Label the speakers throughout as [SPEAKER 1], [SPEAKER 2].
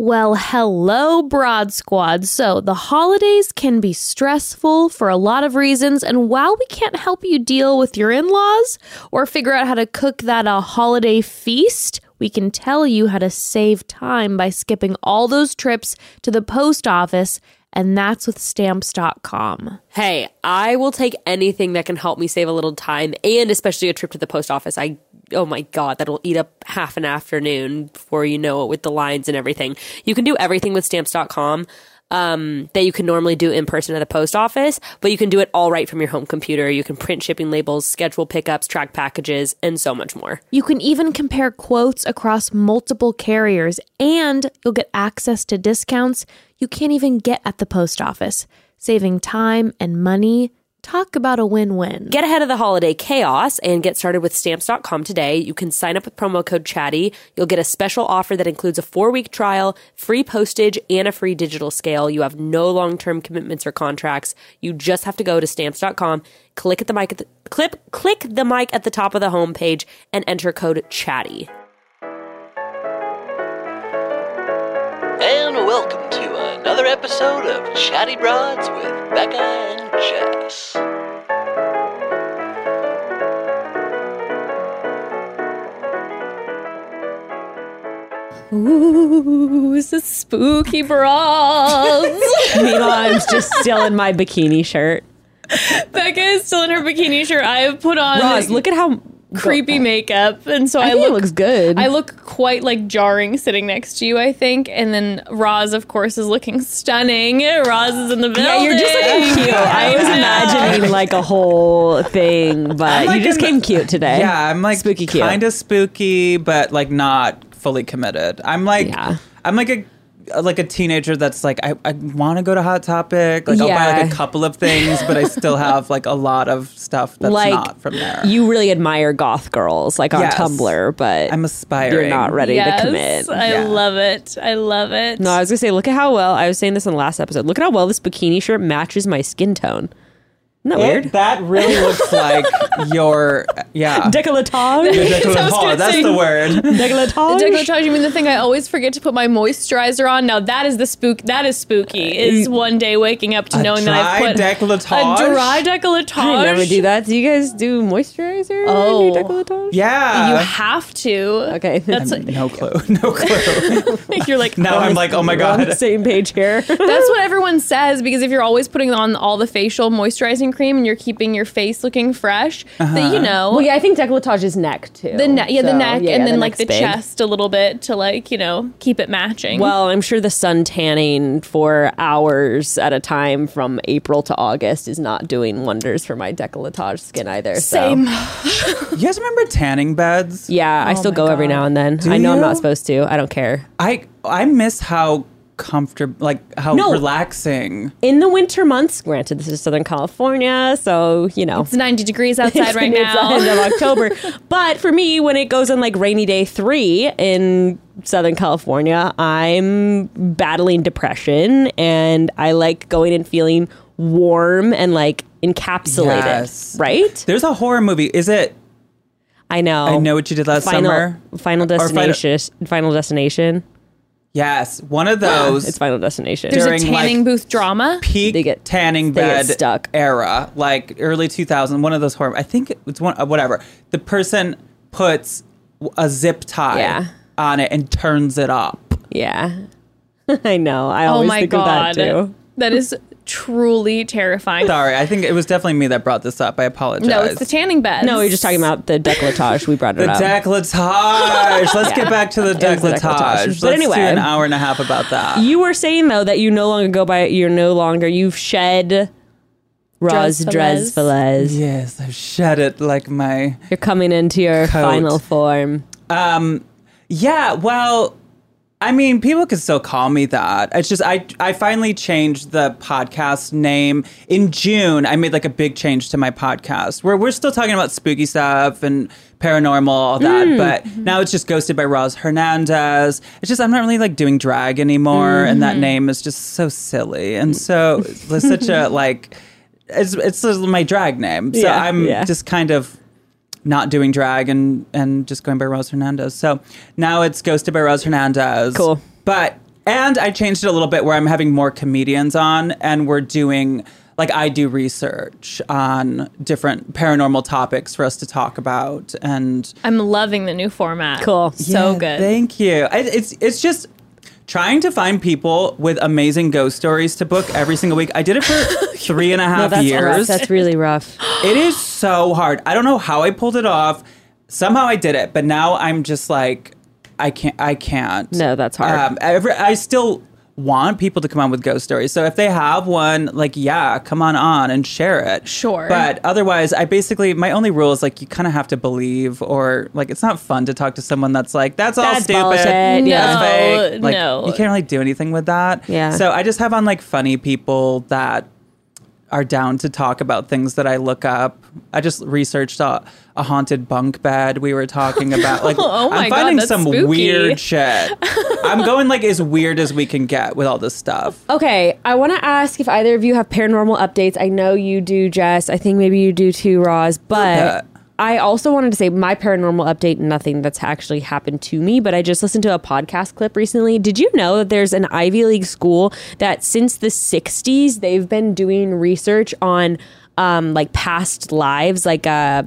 [SPEAKER 1] Well, hello, Broad Squad. So, the holidays can be stressful for a lot of reasons, and while we can't help you deal with your in laws or figure out how to cook that a holiday feast, we can tell you how to save time by skipping all those trips to the post office, and that's with stamps.com.
[SPEAKER 2] Hey, I will take anything that can help me save a little time and especially a trip to the post office. I oh my god, that'll eat up half an afternoon before you know it with the lines and everything. You can do everything with stamps.com um, that you can normally do in person at the post office, but you can do it all right from your home computer. You can print shipping labels, schedule pickups, track packages, and so much more.
[SPEAKER 1] You can even compare quotes across multiple carriers, and you'll get access to discounts you can't even get at the post office, saving time and money. Talk about a win win.
[SPEAKER 2] Get ahead of the holiday chaos and get started with stamps.com today. You can sign up with promo code chatty. You'll get a special offer that includes a four week trial, free postage, and a free digital scale. You have no long term commitments or contracts. You just have to go to stamps.com, click at the mic at the, clip, click the mic at the top of the homepage and enter code chatty.
[SPEAKER 3] And welcome to another episode of Chatty Broads with Becca and Jess.
[SPEAKER 1] Ooh, this is spooky brawls.
[SPEAKER 4] Meanwhile, I'm just still in my bikini shirt.
[SPEAKER 1] Becca is still in her bikini shirt. I have put on
[SPEAKER 4] Roz, look at how
[SPEAKER 1] creepy makeup, and so
[SPEAKER 4] I
[SPEAKER 1] I,
[SPEAKER 4] think
[SPEAKER 1] look
[SPEAKER 4] it looks good.
[SPEAKER 1] I look quite like jarring sitting next to you, I think. And then Roz, of course, is looking stunning. Roz is in the building.
[SPEAKER 4] yeah, you're just looking cute. I was
[SPEAKER 1] know.
[SPEAKER 4] imagining like a whole thing, but
[SPEAKER 5] like
[SPEAKER 4] you just
[SPEAKER 5] in-
[SPEAKER 4] came cute today.
[SPEAKER 5] Yeah, I'm like
[SPEAKER 4] spooky cute.
[SPEAKER 5] kind of spooky, but like not fully committed. I'm like,
[SPEAKER 4] Yeah.
[SPEAKER 5] I'm like a like a teenager that's like I, I want to go to Hot Topic. Like I'll buy like
[SPEAKER 4] Yeah.
[SPEAKER 5] a couple of things, but I still have like a lot of stuff that's
[SPEAKER 4] like
[SPEAKER 5] not from there.
[SPEAKER 4] you really admire goth girls like on
[SPEAKER 5] Yes.
[SPEAKER 4] Tumblr, but
[SPEAKER 5] I'm aspiring.
[SPEAKER 4] you're not ready
[SPEAKER 1] Yes,
[SPEAKER 4] to commit.
[SPEAKER 1] I
[SPEAKER 5] Yeah.
[SPEAKER 1] love it. I love it.
[SPEAKER 4] No, I was gonna say, look at how well I was saying this in the last episode. Look at how well this bikini shirt matches my skin tone. Isn't that
[SPEAKER 5] It-
[SPEAKER 4] weird?
[SPEAKER 5] that really looks like your yeah. Your
[SPEAKER 4] Decolletage.
[SPEAKER 5] decolletage.
[SPEAKER 1] was gonna
[SPEAKER 5] that's
[SPEAKER 1] say-
[SPEAKER 5] the word.
[SPEAKER 4] Decolletage.
[SPEAKER 1] the decolletage, you mean the thing I always forget to put my moisturizer on? Now that is the spook. That is spooky. Is one day waking up to
[SPEAKER 5] A
[SPEAKER 1] knowing that I put
[SPEAKER 5] dry decolletage?
[SPEAKER 1] a dry decolletage.
[SPEAKER 4] I never do that. Do you guys do moisturizer?
[SPEAKER 1] Oh.
[SPEAKER 4] And do decolletage?
[SPEAKER 5] Yeah.
[SPEAKER 1] You have to.
[SPEAKER 4] Okay.
[SPEAKER 1] That's
[SPEAKER 5] I'm- no clue. No clue.
[SPEAKER 1] you're like
[SPEAKER 5] now I'm like, oh my
[SPEAKER 4] We're on
[SPEAKER 5] god.
[SPEAKER 4] the same page here.
[SPEAKER 1] That's what everyone says because if you're always putting on all the facial moisturizing cream and you're keeping your face looking fresh, that you know
[SPEAKER 4] yeah, I think decolletage is neck too.
[SPEAKER 1] the neck, yeah, the neck, and then like the
[SPEAKER 4] chest.
[SPEAKER 1] chest a little bit to like you know keep it matching.
[SPEAKER 4] Well, I'm sure the sun tanning for hours at a time from April to August is not doing wonders for my decolletage skin either. so-
[SPEAKER 1] same. Oh
[SPEAKER 5] You guys remember tanning beds?
[SPEAKER 4] Yeah, I still
[SPEAKER 1] my
[SPEAKER 4] go every
[SPEAKER 1] God.
[SPEAKER 4] now and then. I know I'm
[SPEAKER 5] you?
[SPEAKER 4] not supposed to. I don't care.
[SPEAKER 5] I I miss how comfortable, like how
[SPEAKER 4] No.
[SPEAKER 5] relaxing.
[SPEAKER 4] In the winter months, granted, this is Southern California, so you know.
[SPEAKER 1] It's 90 degrees outside right
[SPEAKER 4] it's the
[SPEAKER 1] now.
[SPEAKER 4] end of October. but for me, when it goes on like rainy day three in Southern California, I'm battling depression and I like going and feeling warm and like encapsulated.
[SPEAKER 5] Yes.
[SPEAKER 4] Right?
[SPEAKER 5] There's a horror movie. Is it?
[SPEAKER 4] I know.
[SPEAKER 5] I know what you did last
[SPEAKER 4] final,
[SPEAKER 5] summer.
[SPEAKER 4] Final
[SPEAKER 5] final-
[SPEAKER 4] destination. Final, destination.
[SPEAKER 5] Yes, one of those.
[SPEAKER 4] Ah, It's final destination.
[SPEAKER 1] There's a
[SPEAKER 5] during, like-
[SPEAKER 1] tanning booth drama.
[SPEAKER 5] peak
[SPEAKER 4] They get-
[SPEAKER 5] tanning
[SPEAKER 4] they get
[SPEAKER 5] bed
[SPEAKER 4] stuck.
[SPEAKER 5] era, like early 2000. One of those horror. I think it's one. uh, Whatever. The person puts w- a zip tie
[SPEAKER 4] Yeah.
[SPEAKER 5] on it and turns it up.
[SPEAKER 4] yeah. I know. I
[SPEAKER 1] Oh
[SPEAKER 4] always
[SPEAKER 1] my
[SPEAKER 4] think
[SPEAKER 1] god,
[SPEAKER 4] of that too.
[SPEAKER 1] that is truly terrifying.
[SPEAKER 5] Sorry, I think it was definitely me that brought this up. I apologize.
[SPEAKER 1] No, it's the tanning bed.
[SPEAKER 4] No, we were just talking about the decolletage. We brought it
[SPEAKER 5] The
[SPEAKER 4] up.
[SPEAKER 5] decolletage. Let's get back to the
[SPEAKER 4] It was the
[SPEAKER 5] decolletage.
[SPEAKER 4] decolletage.
[SPEAKER 5] Let's
[SPEAKER 4] But anyway.
[SPEAKER 5] do an hour and a half about that.
[SPEAKER 4] You were saying though that you no longer go by. You're no longer. You've shed. Roz
[SPEAKER 1] Dresfeles.
[SPEAKER 4] Dresfeles.
[SPEAKER 5] yes, I've shed it like my
[SPEAKER 4] You're coming into your
[SPEAKER 5] Coat.
[SPEAKER 4] final form.
[SPEAKER 5] Yeah, well, I mean, people could still call me that. It's just I I finally changed the podcast name in June. I made like a big change to my podcast where we're still talking about spooky stuff and paranormal all that,
[SPEAKER 4] Mm.
[SPEAKER 5] but
[SPEAKER 4] Mm-hmm.
[SPEAKER 5] now it's just ghosted by Roz Hernandez. It's just I'm not really like doing drag anymore,
[SPEAKER 4] Mm-hmm.
[SPEAKER 5] and that name is just so silly and so it's such a like it's it's my drag name. So
[SPEAKER 4] Yeah,
[SPEAKER 5] I'm
[SPEAKER 4] yeah.
[SPEAKER 5] just kind of not doing drag and and just going by Rose Hernandez. So now it's Ghosted by Rose Hernandez.
[SPEAKER 4] Cool.
[SPEAKER 5] But And I changed it a little bit where I'm having more comedians on and we're doing like I do research on different paranormal topics for us to talk about and
[SPEAKER 1] I'm loving the new format.
[SPEAKER 4] Cool.
[SPEAKER 1] So
[SPEAKER 5] Yeah,
[SPEAKER 1] good.
[SPEAKER 5] Thank you. I, it's it's just trying to find people with amazing ghost stories to book every single week. I did it for three and a half
[SPEAKER 4] that's rough.
[SPEAKER 5] years.
[SPEAKER 4] That's really rough.
[SPEAKER 5] It is so hard. I don't know how I pulled it off. Somehow I did it, but now I'm just like, I can't. I can't. Um,
[SPEAKER 4] No, that's hard.
[SPEAKER 5] every, I still want people to come on with ghost stories. So if they have one, like, yeah, come on on and share it.
[SPEAKER 1] Sure.
[SPEAKER 5] But otherwise, I basically my only rule is like you kind of have to believe, or like it's not fun to talk to someone that's like that's all
[SPEAKER 4] That's
[SPEAKER 5] stupid.
[SPEAKER 4] bullshit.
[SPEAKER 1] No,
[SPEAKER 5] That's fake. Like,
[SPEAKER 1] no.
[SPEAKER 5] you can't really do anything with that.
[SPEAKER 4] Yeah.
[SPEAKER 5] So I just have on like funny people that are down to talk about things that I look up. I just researched a, a haunted bunk bed we were talking about. Like
[SPEAKER 1] Oh my
[SPEAKER 5] I'm
[SPEAKER 1] God,
[SPEAKER 5] finding
[SPEAKER 1] that's
[SPEAKER 5] some
[SPEAKER 1] spooky.
[SPEAKER 5] weird shit. I'm going like as weird as we can get with all this stuff.
[SPEAKER 4] Okay, I want to ask if either of you have paranormal updates. I know you do, Jess. I think maybe you do too, Roz.
[SPEAKER 5] Yeah.
[SPEAKER 4] But I also wanted to say my paranormal update, nothing that's actually happened to me, but I just listened to a podcast clip recently. Did you know that there's an Ivy League school that since the 60s, they've been doing research on um, like past lives, like uh,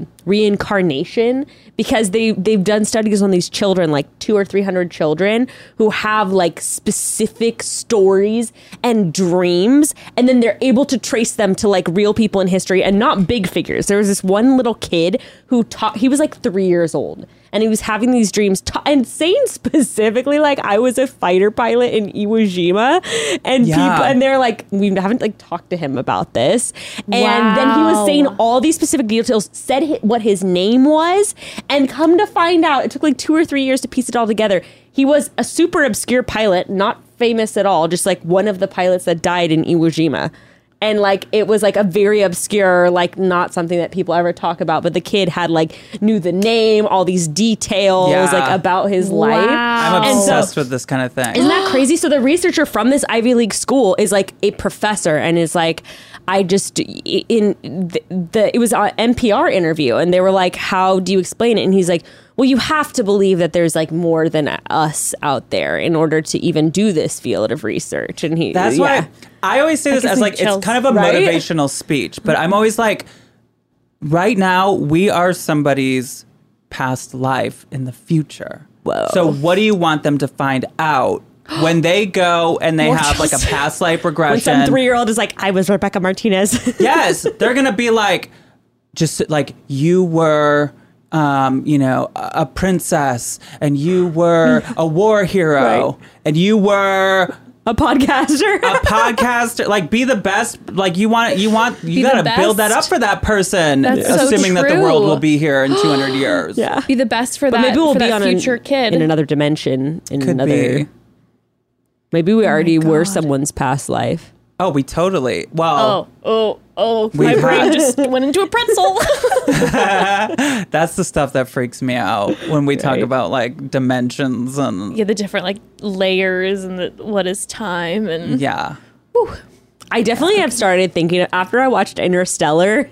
[SPEAKER 4] reincarnation, because they they've done studies on these children, like two or three hundred children who have like specific stories and dreams, and then they're able to trace them to like real people in history and not big figures. There was this one little kid who taught. He was like three years old, and he was having these dreams ta- and saying specifically like I was a fighter pilot in Iwo Jima, and
[SPEAKER 5] Yeah.
[SPEAKER 4] people and they're like we haven't like talked to him about this, and then he was
[SPEAKER 1] Wow.
[SPEAKER 4] saying all these specific details, said hi- what his name was, and come to find out, it took like two or three years to piece it all together. He was a super obscure pilot, not famous at all, just like one of the pilots that died in Iwo Jima. And like it was like a very obscure, like not something that people ever talk about. But the kid had like knew the name, all these details,
[SPEAKER 5] Yeah.
[SPEAKER 4] like about his life.
[SPEAKER 5] I'm
[SPEAKER 4] And so-
[SPEAKER 5] obsessed with this kind of thing.
[SPEAKER 4] Isn't that crazy? So the researcher from this Ivy League school is like a professor and is like, I just in the, the it was an NPR interview and they were like, how do you explain it? And he's like, well, you have to believe that there's like more than us out there in order to even do this field of research. And he
[SPEAKER 5] That's
[SPEAKER 4] yeah.
[SPEAKER 5] why I always say this
[SPEAKER 4] gives
[SPEAKER 5] as
[SPEAKER 4] me
[SPEAKER 5] like
[SPEAKER 4] chills.
[SPEAKER 5] it's kind of a
[SPEAKER 4] Right?
[SPEAKER 5] motivational speech, but I'm always like, right now we are somebody's past life in the future.
[SPEAKER 4] Whoa.
[SPEAKER 5] So what do you want them to find out when they go and they
[SPEAKER 4] More
[SPEAKER 5] have like a
[SPEAKER 4] chills.
[SPEAKER 5] past life
[SPEAKER 4] when some
[SPEAKER 5] regression?
[SPEAKER 4] three year old is like, I was Rebecca Martinez.
[SPEAKER 5] yes, they're gonna be like, just like you were. Um, you know, a a princess, and you were a war hero,
[SPEAKER 4] Right.
[SPEAKER 5] and you were
[SPEAKER 4] a podcaster.
[SPEAKER 5] a podcaster like be the best like you want you want you
[SPEAKER 1] the
[SPEAKER 5] gotta
[SPEAKER 1] best.
[SPEAKER 5] build that up for that person
[SPEAKER 1] That's so
[SPEAKER 5] assuming that the
[SPEAKER 1] true.
[SPEAKER 5] world will be here in 200 years
[SPEAKER 4] yeah.
[SPEAKER 1] Be the best for that,
[SPEAKER 4] Maybe we'll
[SPEAKER 1] for
[SPEAKER 4] be
[SPEAKER 1] that
[SPEAKER 4] on an-
[SPEAKER 1] future kid.
[SPEAKER 4] in another dimension, in
[SPEAKER 5] could
[SPEAKER 4] another.
[SPEAKER 5] be
[SPEAKER 4] Maybe we already were someone's past life.
[SPEAKER 5] oh we totally well
[SPEAKER 1] oh, oh, oh.
[SPEAKER 5] We
[SPEAKER 1] My brain
[SPEAKER 5] had-
[SPEAKER 1] just went into a pretzel.
[SPEAKER 5] that's the stuff that freaks me out when we talk
[SPEAKER 4] Right.
[SPEAKER 5] about like dimensions and
[SPEAKER 1] yeah, the different like layers and the, what is time and
[SPEAKER 5] yeah
[SPEAKER 4] I definitely have started thinking after I watched Interstellar,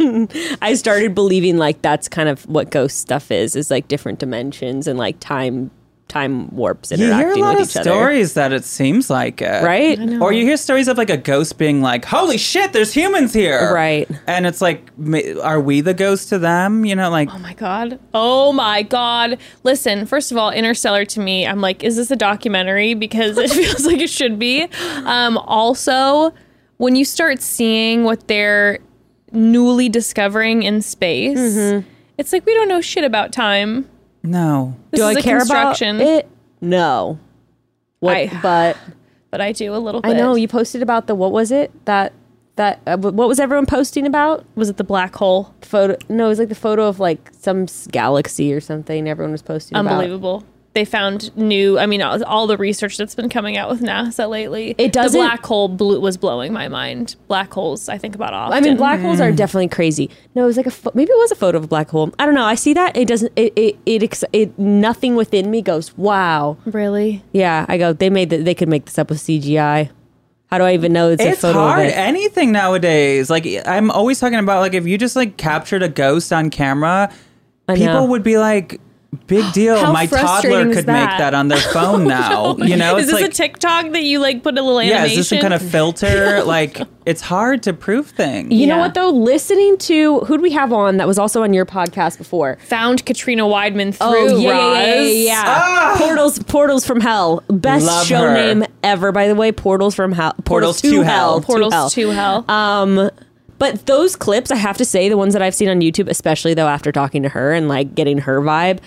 [SPEAKER 4] I started believing like that's kind of what ghost stuff is, is like different dimensions and like time time warps
[SPEAKER 5] you hear a
[SPEAKER 4] interacting
[SPEAKER 5] lot
[SPEAKER 4] with
[SPEAKER 5] of
[SPEAKER 4] each other.
[SPEAKER 5] stories that it seems like it
[SPEAKER 4] Right? I
[SPEAKER 5] or you hear stories of like a ghost being like holy shit there's humans here
[SPEAKER 4] Right.
[SPEAKER 5] and it's like ma- are we the ghost to them you know like
[SPEAKER 6] Um,
[SPEAKER 1] Oh my god. Oh my god. Listen, first of all, Interstellar to me, I'm like, is this a documentary? Because it feels like it should be. Um, also, when you start seeing what they're newly discovering in space,
[SPEAKER 4] Mm-hmm.
[SPEAKER 1] it's like we don't know shit about time.
[SPEAKER 5] no
[SPEAKER 1] This
[SPEAKER 4] Do
[SPEAKER 1] is
[SPEAKER 4] I
[SPEAKER 1] a
[SPEAKER 4] care about
[SPEAKER 1] construction,
[SPEAKER 4] it? No. What,
[SPEAKER 1] I-
[SPEAKER 4] but
[SPEAKER 1] but I do a little bit.
[SPEAKER 4] I know you posted about the what was it that that uh, what was everyone posting about?
[SPEAKER 1] was it the black hole?
[SPEAKER 4] Photo? No, it was like the photo of like some s- galaxy or something. Everyone was posting about.
[SPEAKER 1] Unbelievable. They found new. I mean, all, all the research that's been coming out with NASA lately.
[SPEAKER 4] It doesn't-
[SPEAKER 1] The black hole blew, was blowing my mind. Black holes, I think about often.
[SPEAKER 4] I mean, black holes
[SPEAKER 5] Mm.
[SPEAKER 4] are definitely crazy. No, it was like a pho- maybe it was a photo of a black hole. I don't know. I see that it doesn't. It it it, ex- it nothing within me goes wow.
[SPEAKER 1] really.
[SPEAKER 4] Yeah, I go. They made that. They could make this up with CGI. How do I even know it's, a
[SPEAKER 5] it's
[SPEAKER 4] photo?
[SPEAKER 5] hard eh?
[SPEAKER 4] Of it?
[SPEAKER 5] anything nowadays like i'm always talking about like if you just like captured a ghost on camera
[SPEAKER 4] I know.
[SPEAKER 5] people would be like Big deal.
[SPEAKER 1] How
[SPEAKER 5] My toddler
[SPEAKER 1] frustrating is
[SPEAKER 5] could
[SPEAKER 1] that?
[SPEAKER 5] make that on their phone now. You know,
[SPEAKER 6] is
[SPEAKER 5] it's
[SPEAKER 6] this
[SPEAKER 5] like
[SPEAKER 6] a TikTok that you like put a little
[SPEAKER 5] yeah,
[SPEAKER 6] animation?
[SPEAKER 5] is this some kind of filter? like it's hard to prove things.
[SPEAKER 4] You know
[SPEAKER 6] Yeah.
[SPEAKER 4] what though? Listening to who'd we have on that was also on your podcast before?
[SPEAKER 6] found Katrina Weidman
[SPEAKER 4] Oh,
[SPEAKER 5] Oh,
[SPEAKER 6] through Roz?
[SPEAKER 4] Portals, Portals from Hell. Best
[SPEAKER 5] Ah. Love
[SPEAKER 4] show
[SPEAKER 5] her.
[SPEAKER 4] name ever, by the way. Portals from Hell.
[SPEAKER 5] Portals to Hell.
[SPEAKER 6] Portals
[SPEAKER 4] hell.
[SPEAKER 6] to Hell. Uh,
[SPEAKER 4] But those clips, I have to say, the ones that I've seen on YouTube, especially though after talking to her and like getting her vibe,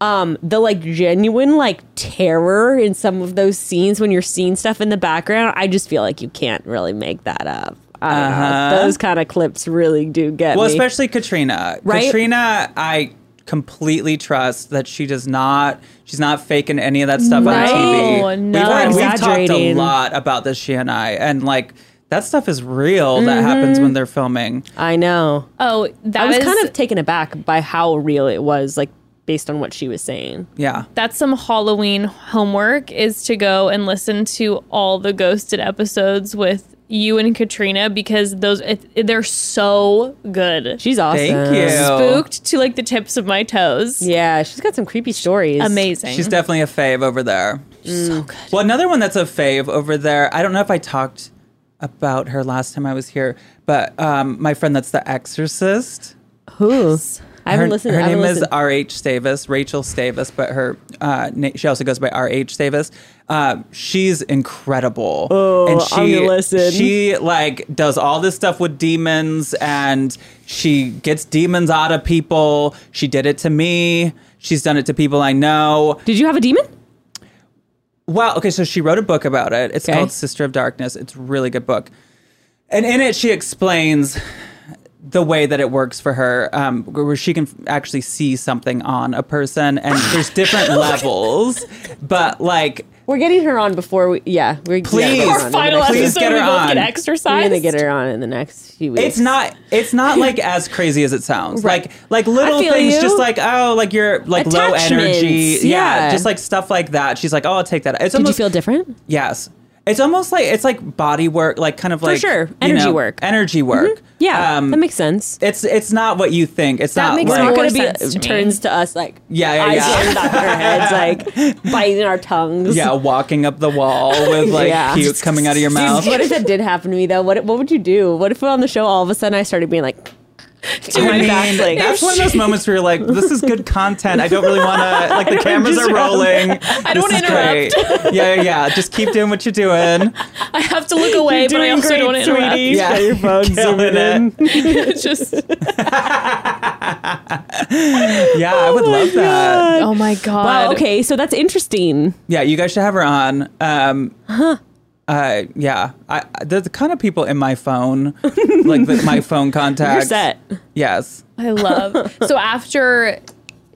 [SPEAKER 4] um, the like genuine like terror in some of those scenes when you're seeing stuff in the background, I just feel like you can't really make that up. I don't know. Those kind of clips really do get
[SPEAKER 5] Uh-huh. Well,
[SPEAKER 4] me.
[SPEAKER 5] especially Katrina.
[SPEAKER 4] Right?
[SPEAKER 5] Katrina, I completely trust that she does not. She's not faking any of that stuff on TV.
[SPEAKER 6] No, no.
[SPEAKER 5] We've, had- we've talked a
[SPEAKER 4] Exaggerating.
[SPEAKER 5] lot about this. She and I, and like that stuff is real. That happens when they're filming.
[SPEAKER 4] I know.
[SPEAKER 6] oh, that
[SPEAKER 4] I was
[SPEAKER 6] is-
[SPEAKER 4] kind of taken aback by how real it was, like based on what she was saying.
[SPEAKER 5] Yeah.
[SPEAKER 6] that's some Halloween homework is to go and listen to all the ghosted episodes with you and Katrina because those it, they're so good.
[SPEAKER 4] She's awesome.
[SPEAKER 5] Thank you.
[SPEAKER 6] spooked to like the tips of my toes.
[SPEAKER 4] Yeah, she's got some creepy stories.
[SPEAKER 6] Amazing.
[SPEAKER 5] She's definitely a fave over there. so
[SPEAKER 4] Mm.
[SPEAKER 5] good. Well, another one that's a fave over there. I don't know if I talked about her last time I was here, but um, my friend that's the Exorcist.
[SPEAKER 4] Who? I haven't
[SPEAKER 5] her,
[SPEAKER 4] listened.
[SPEAKER 5] her
[SPEAKER 4] I haven't
[SPEAKER 5] name is
[SPEAKER 4] listened.
[SPEAKER 5] R.H. Stavis, Rachel Stavis, but her uh, na- she also goes by R.H. Stavis. Uh, she's incredible. Oh, and
[SPEAKER 4] I'm
[SPEAKER 5] she
[SPEAKER 4] gonna listen.
[SPEAKER 5] she like does all this stuff with demons, and she gets demons out of people. She did it to me. She's done it to people I know.
[SPEAKER 4] Did you have a demon?
[SPEAKER 5] Well, okay, so she wrote a book about it. It's
[SPEAKER 4] Okay.
[SPEAKER 5] called Sister of Darkness. It's a really good book. And in it, she explains the way that it works for her, um, where she can actually see something on a person. And there's different levels, but like,
[SPEAKER 4] We're getting her on before we. Yeah, we're
[SPEAKER 5] Please.
[SPEAKER 4] getting her
[SPEAKER 5] Our
[SPEAKER 4] on in the
[SPEAKER 6] Final
[SPEAKER 4] next-
[SPEAKER 5] Please
[SPEAKER 6] episode,
[SPEAKER 5] get her
[SPEAKER 6] we both
[SPEAKER 5] on.
[SPEAKER 6] get
[SPEAKER 4] We're
[SPEAKER 6] exercise.
[SPEAKER 4] gonna get her on in the next few weeks.
[SPEAKER 5] it's not it's not like as crazy as it sounds.
[SPEAKER 4] Right.
[SPEAKER 5] Like like little
[SPEAKER 4] I feel
[SPEAKER 5] things,
[SPEAKER 4] you.
[SPEAKER 5] just like oh, like you're like low energy,
[SPEAKER 4] Attachments, yeah.
[SPEAKER 5] just like stuff like that. She's like, oh, I'll take that. It's
[SPEAKER 4] Did
[SPEAKER 5] almost
[SPEAKER 4] you feel different?
[SPEAKER 5] Yes. It's almost like it's like body work, like kind of like
[SPEAKER 4] sure.
[SPEAKER 5] you
[SPEAKER 4] Energy
[SPEAKER 5] know,
[SPEAKER 4] work. Mm-hmm.
[SPEAKER 5] Energy work.
[SPEAKER 4] Yeah,
[SPEAKER 5] Um,
[SPEAKER 4] that makes sense.
[SPEAKER 5] it's it's not what you think. It's
[SPEAKER 4] That
[SPEAKER 5] not
[SPEAKER 4] makes
[SPEAKER 5] like
[SPEAKER 4] not gonna
[SPEAKER 6] more
[SPEAKER 4] be
[SPEAKER 6] sense to me.
[SPEAKER 4] turns to us like
[SPEAKER 5] Yeah, yeah,
[SPEAKER 4] eyes
[SPEAKER 5] yeah.
[SPEAKER 4] rolled up in our heads, like biting our tongues.
[SPEAKER 5] yeah, walking up the wall with like
[SPEAKER 4] Yeah.
[SPEAKER 5] puke coming out of your mouth.
[SPEAKER 4] What if that did happen to me though? What what would you do? What if on the show all of a sudden I started being like to
[SPEAKER 5] I
[SPEAKER 4] my
[SPEAKER 5] mean,
[SPEAKER 4] back like
[SPEAKER 5] that's one of those moments where you're like, "This is good content. I don't really want to. Like the cameras are rolling. I
[SPEAKER 6] don't wanna
[SPEAKER 5] Yeah, yeah, yeah. Just keep doing what you're doing.
[SPEAKER 6] I have to look away, but I also don't want to interrupt.
[SPEAKER 4] sweetie.
[SPEAKER 5] Yeah.
[SPEAKER 4] Got your phone
[SPEAKER 5] Killing
[SPEAKER 4] zooming in.
[SPEAKER 6] It's just
[SPEAKER 5] Yeah, I would love that.
[SPEAKER 6] oh my god.
[SPEAKER 4] Wow. Okay. So that's interesting.
[SPEAKER 5] Yeah, you guys should have her on. Um, uh, yeah, I, I- they're the kind of people in my phone, like the, my phone contacts.
[SPEAKER 4] You're set.
[SPEAKER 5] Yes.
[SPEAKER 6] I love. so after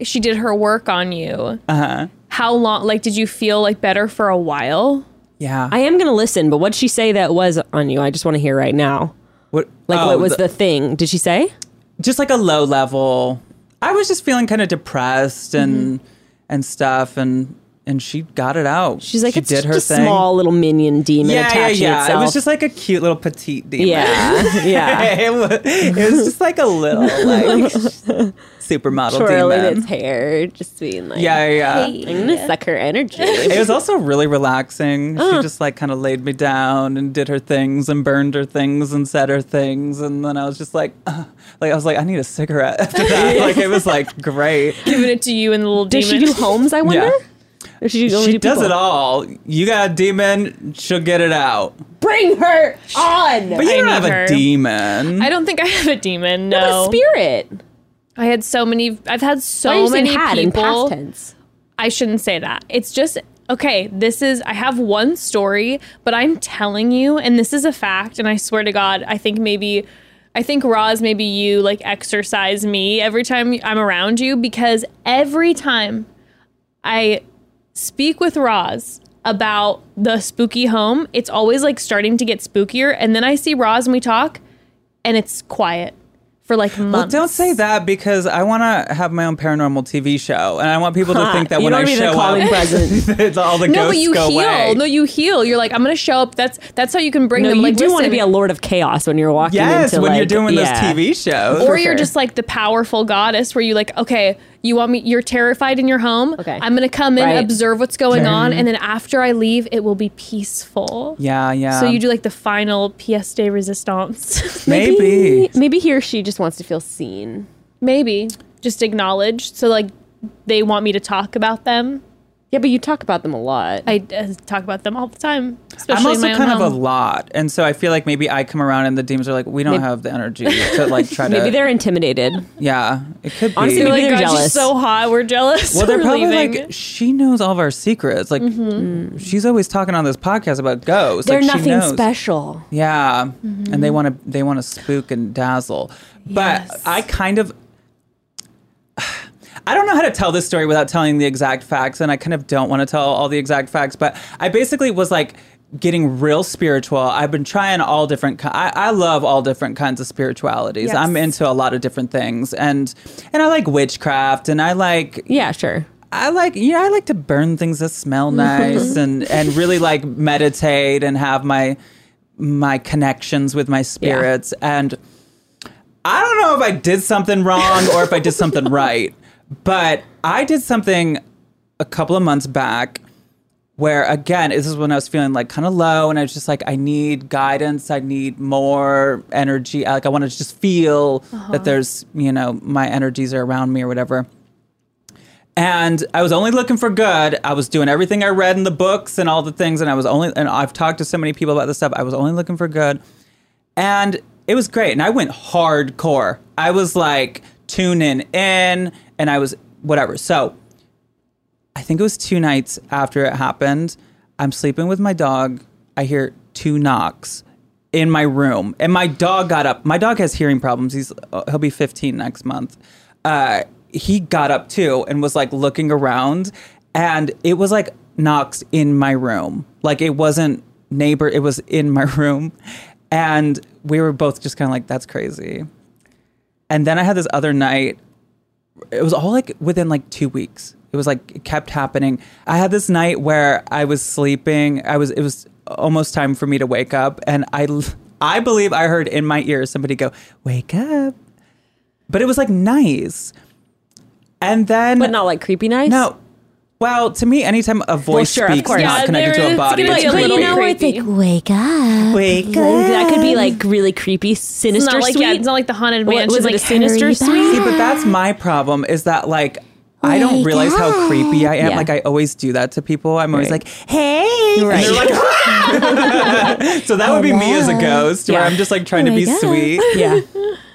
[SPEAKER 6] she did her work on you,
[SPEAKER 5] Uh huh.
[SPEAKER 6] how long? Like, did you feel like better for a while?
[SPEAKER 5] Yeah.
[SPEAKER 4] I am gonna listen, but what'd she say that was on you? I just want to hear right now.
[SPEAKER 5] what,
[SPEAKER 4] Like,
[SPEAKER 5] oh,
[SPEAKER 4] what was the, thing? Did she say?
[SPEAKER 5] just like a low level? I was just feeling kind of depressed
[SPEAKER 4] Mm-hmm.
[SPEAKER 5] and and stuff, and and she got it out.
[SPEAKER 4] She's like,
[SPEAKER 5] she
[SPEAKER 4] it's just a small little minion demon
[SPEAKER 5] Yeah, yeah,
[SPEAKER 4] attaching
[SPEAKER 5] yeah.
[SPEAKER 4] itself.
[SPEAKER 5] It was just like a cute little petite demon.
[SPEAKER 4] yeah, yeah.
[SPEAKER 5] it, was, it was just like a little like supermodel
[SPEAKER 4] Twirling
[SPEAKER 5] demon.
[SPEAKER 4] its hair, just being like,
[SPEAKER 5] Yeah, yeah. yeah.
[SPEAKER 4] I'm gonna suck her energy.
[SPEAKER 5] It was also really relaxing.
[SPEAKER 6] Uh.
[SPEAKER 5] She just like kind of laid me down and did her things and burned her things and said her things, and then I was just like, uh, like I was like, I need a cigarette after that. like it was like great.
[SPEAKER 6] Giving it to you and the little
[SPEAKER 4] Does she
[SPEAKER 6] demon.
[SPEAKER 4] do homes? I wonder. Or she, only
[SPEAKER 5] She
[SPEAKER 4] do
[SPEAKER 5] does
[SPEAKER 4] people?
[SPEAKER 5] it all. You got a demon, she'll get it out.
[SPEAKER 4] Bring her on.
[SPEAKER 5] But you
[SPEAKER 6] I
[SPEAKER 5] don't
[SPEAKER 6] need
[SPEAKER 5] have
[SPEAKER 6] her.
[SPEAKER 5] a demon.
[SPEAKER 6] I don't think I have a demon.
[SPEAKER 4] What
[SPEAKER 6] No,
[SPEAKER 4] a spirit.
[SPEAKER 6] I had so many. I've
[SPEAKER 4] Why
[SPEAKER 6] had
[SPEAKER 4] are
[SPEAKER 6] so
[SPEAKER 4] you saying
[SPEAKER 6] many
[SPEAKER 4] had in past
[SPEAKER 6] people.
[SPEAKER 4] tense?
[SPEAKER 6] I shouldn't say that. It's just okay, this is I have one story, but I'm telling you and this is a fact and I swear to god, I think maybe I think Roz maybe you like exercise me every time I'm around you because every time I speak with Roz about the spooky home, it's always like starting to get spookier and then I see Roz and we talk and it's quiet for like
[SPEAKER 5] well,
[SPEAKER 6] months.
[SPEAKER 5] don't say that because I want to have my own paranormal TV show, and I want people to think that
[SPEAKER 4] you
[SPEAKER 5] when
[SPEAKER 4] don't
[SPEAKER 5] I
[SPEAKER 4] even
[SPEAKER 5] show
[SPEAKER 4] call
[SPEAKER 5] up,
[SPEAKER 4] present.
[SPEAKER 5] it's all the
[SPEAKER 6] No,
[SPEAKER 5] ghosts
[SPEAKER 6] but you
[SPEAKER 5] go
[SPEAKER 6] heal.
[SPEAKER 5] away.
[SPEAKER 6] No, you heal. You're like, I'm gonna show up. That's that's how you can bring
[SPEAKER 4] No,
[SPEAKER 6] them.
[SPEAKER 4] you
[SPEAKER 6] like,
[SPEAKER 4] do want to
[SPEAKER 6] listen.
[SPEAKER 4] be a lord of chaos when you're walking
[SPEAKER 5] yes,
[SPEAKER 4] into
[SPEAKER 5] when
[SPEAKER 4] like,
[SPEAKER 5] you're doing
[SPEAKER 4] yeah.
[SPEAKER 5] those TV shows,
[SPEAKER 6] or you're
[SPEAKER 4] sure.
[SPEAKER 6] just like the powerful goddess where you like okay You want me? You're terrified in your home.
[SPEAKER 4] Okay.
[SPEAKER 6] I'm gonna come in,
[SPEAKER 4] Right.
[SPEAKER 6] observe what's going on, and then after I leave, it will be peaceful.
[SPEAKER 5] Yeah, yeah.
[SPEAKER 6] So you do like the final pièce de résistance.
[SPEAKER 5] maybe.
[SPEAKER 4] Maybe he or she just wants to feel seen.
[SPEAKER 6] Maybe just acknowledge. So like, they want me to talk about them.
[SPEAKER 4] Yeah, but you talk about them a lot.
[SPEAKER 6] I uh, talk about them all the time. Especially
[SPEAKER 5] I'm also
[SPEAKER 6] in my
[SPEAKER 5] kind
[SPEAKER 6] own
[SPEAKER 5] of a
[SPEAKER 6] home.
[SPEAKER 5] lot, and so I feel like maybe I come around and the demons are like, we don't have the energy to like try to.
[SPEAKER 4] Maybe they're intimidated.
[SPEAKER 5] yeah, it could be.
[SPEAKER 4] Honestly,
[SPEAKER 6] They're
[SPEAKER 4] Maybe
[SPEAKER 6] like,
[SPEAKER 4] they're
[SPEAKER 6] God,
[SPEAKER 4] jealous.
[SPEAKER 6] she's so hot. We're jealous.
[SPEAKER 5] well, they're
[SPEAKER 6] We're
[SPEAKER 5] probably
[SPEAKER 6] leaving. Mm-hmm.
[SPEAKER 5] like, she knows all of our secrets. Like, she's always talking on this podcast about ghosts.
[SPEAKER 4] They're
[SPEAKER 5] like, she
[SPEAKER 4] nothing
[SPEAKER 5] knows.
[SPEAKER 4] special.
[SPEAKER 5] Yeah,
[SPEAKER 6] Mm-hmm.
[SPEAKER 5] and they want to they want to spook and dazzle. But
[SPEAKER 6] Yes.
[SPEAKER 5] I kind of I don't know how to tell this story without telling the exact facts, and I kind of don't want to tell all the exact facts. But I basically was like getting real spiritual. I've been trying all different. ki- I, I love all different kinds of spiritualities.
[SPEAKER 6] Yes.
[SPEAKER 5] I'm into a lot of different things, and and I like witchcraft, and I like
[SPEAKER 4] Yeah, sure.
[SPEAKER 5] I like you know I like to burn things that smell nice and and really like meditate and have my my connections with my spirits and I don't know if I did something wrong or if I did something right but I did something a couple of months back where again this is when I was feeling like kind of low and I was just like I need guidance I need more energy like I want to just feel that there's you know my energies are around me or whatever and I was only looking for good. I was doing everything I read in the books and all the things, and I was only and I've talked to so many people about this stuff. I was only looking for good, and it was great. And I went hardcore. I was like tuning in, and I was whatever. So I think it was two nights after it happened. I'm sleeping with my dog. I hear two knocks in my room, and my dog got up. My dog has hearing problems. He's uh, he'll be 15 next month. Uh, he got up too and was like looking around, and it was like knocks in my room. Like it wasn't neighbor. It was in my room, and we were both just kind of like, "That's crazy." And then I had this other night it was all like within like two weeks. It was like it kept happening. I had this night where I was sleeping. I was it was almost time for me to wake up, and I l- I believe I heard in my ear somebody go, "Wake up," but it was like nice. And then
[SPEAKER 4] But not like creepy nice.
[SPEAKER 5] no. Well, to me, anytime a voice
[SPEAKER 4] sure, of
[SPEAKER 5] speaks
[SPEAKER 4] course.
[SPEAKER 5] not
[SPEAKER 6] Yeah,
[SPEAKER 5] connected
[SPEAKER 6] there
[SPEAKER 5] to a
[SPEAKER 6] is
[SPEAKER 5] body,
[SPEAKER 6] gonna
[SPEAKER 5] it's
[SPEAKER 6] be a
[SPEAKER 4] But
[SPEAKER 5] creepy.
[SPEAKER 4] you
[SPEAKER 6] little
[SPEAKER 4] know where it's like
[SPEAKER 6] creepy.
[SPEAKER 4] wake up.
[SPEAKER 5] Wake
[SPEAKER 4] That could be
[SPEAKER 5] up.
[SPEAKER 4] like really creepy,
[SPEAKER 6] It's
[SPEAKER 4] sinister
[SPEAKER 6] not like
[SPEAKER 4] sweet.
[SPEAKER 6] yeah, it's not like the haunted
[SPEAKER 4] Well,
[SPEAKER 6] mansion.
[SPEAKER 4] was it
[SPEAKER 6] like
[SPEAKER 4] a sinister
[SPEAKER 6] Harry
[SPEAKER 4] suite?
[SPEAKER 5] See, but that's my problem is that like I don't realize
[SPEAKER 4] oh.
[SPEAKER 5] how creepy I am.
[SPEAKER 4] Yeah.
[SPEAKER 5] Like I always do that to people. I'm always
[SPEAKER 4] Right.
[SPEAKER 5] like, "Hey," and
[SPEAKER 4] Right.
[SPEAKER 5] they're like, "Ah!" so that would be me
[SPEAKER 4] Oh,
[SPEAKER 5] as a ghost, where
[SPEAKER 4] Yeah.
[SPEAKER 5] I'm just like
[SPEAKER 4] Oh
[SPEAKER 5] trying to be sweet.
[SPEAKER 4] yeah.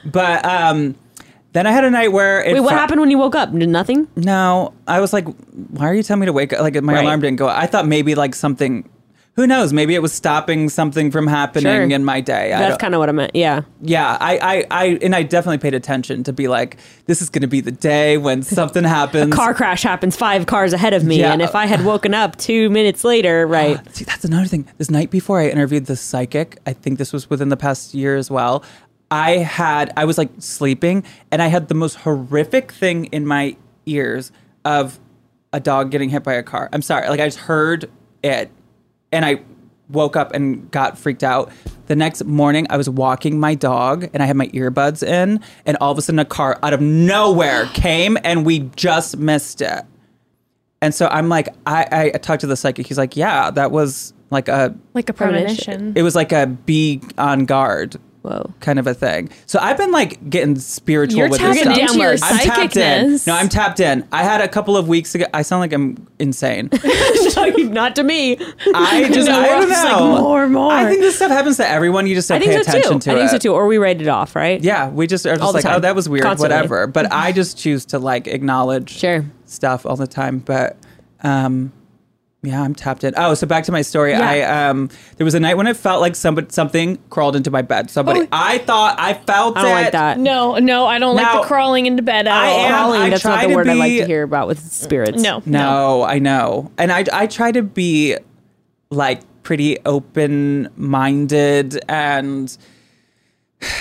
[SPEAKER 5] But um, then I had a night where it
[SPEAKER 4] Wait, what
[SPEAKER 5] fe-
[SPEAKER 4] happened when you woke up? Nothing.
[SPEAKER 5] No, I was like, "Why are you telling me to wake up?" Like my
[SPEAKER 4] Right.
[SPEAKER 5] alarm didn't go. I thought maybe like something. Who knows? Maybe it was stopping something from happening
[SPEAKER 4] Sure.
[SPEAKER 5] in my day. I
[SPEAKER 4] That's
[SPEAKER 5] don't-
[SPEAKER 4] kind of what I meant. Yeah.
[SPEAKER 5] yeah, I, I, I, and I definitely paid attention to be like, this is going to be the day when something happens.
[SPEAKER 4] Car crash happens five cars ahead of me,
[SPEAKER 5] Yeah.
[SPEAKER 4] and if I had woken up two minutes later, right?
[SPEAKER 5] See, that's another thing. This night before I interviewed the psychic, I think this was within the past year as well. I had, I was like sleeping and I had the most horrific thing in my ears of a dog getting hit by a car. I'm sorry. Like I just heard it and I woke up and got freaked out. The next morning, I was walking my dog and I had my earbuds in, and all of a sudden, a car out of nowhere came and we just missed it. And so I'm like, I, I talked to the psychic. He's like, yeah, that was like a,
[SPEAKER 6] Like a premonition.
[SPEAKER 5] it was like a be on guard
[SPEAKER 4] Whoa.
[SPEAKER 5] kind of a thing. So I've been like getting spiritual
[SPEAKER 6] You're
[SPEAKER 5] with this
[SPEAKER 6] tapping
[SPEAKER 5] stuff.
[SPEAKER 6] into your
[SPEAKER 5] I'm tapped in.
[SPEAKER 6] psychicness.
[SPEAKER 5] No, I'm tapped in. I had a couple of weeks ago. I sound like I'm insane.
[SPEAKER 4] No, you- not to me.
[SPEAKER 5] I just,
[SPEAKER 4] No,
[SPEAKER 5] I
[SPEAKER 4] we're all
[SPEAKER 5] don't
[SPEAKER 4] just
[SPEAKER 5] know.
[SPEAKER 4] like, more, more.
[SPEAKER 5] I think this stuff happens to everyone. You just don't
[SPEAKER 4] I think
[SPEAKER 5] pay
[SPEAKER 4] so
[SPEAKER 5] attention
[SPEAKER 4] too.
[SPEAKER 5] to
[SPEAKER 4] I
[SPEAKER 5] it.
[SPEAKER 4] think so too. Or we write it off, right?
[SPEAKER 5] Yeah, we just are
[SPEAKER 4] All
[SPEAKER 5] just
[SPEAKER 4] the
[SPEAKER 5] like, oh,
[SPEAKER 4] time.
[SPEAKER 5] that was weird,
[SPEAKER 4] Constantly. Mm-hmm.
[SPEAKER 5] whatever. But I just choose to like acknowledge
[SPEAKER 4] Sure.
[SPEAKER 5] stuff all the time. But um, yeah, I'm tapped in. Oh, so back to my story. I um, there was a night when it felt like somebody something crawled into my bed. Somebody, I thought I felt
[SPEAKER 4] Oh. I don't
[SPEAKER 5] it.
[SPEAKER 4] like that.
[SPEAKER 6] No, no, I don't
[SPEAKER 5] Now-
[SPEAKER 6] like the crawling into bed at
[SPEAKER 5] I
[SPEAKER 6] all.
[SPEAKER 5] am-
[SPEAKER 4] Crawling,
[SPEAKER 5] I
[SPEAKER 4] that's not
[SPEAKER 5] try
[SPEAKER 4] the
[SPEAKER 5] to
[SPEAKER 4] word I like
[SPEAKER 5] be-
[SPEAKER 4] to hear about with spirits.
[SPEAKER 6] No.
[SPEAKER 5] No, I know. And I I try to be like pretty open minded and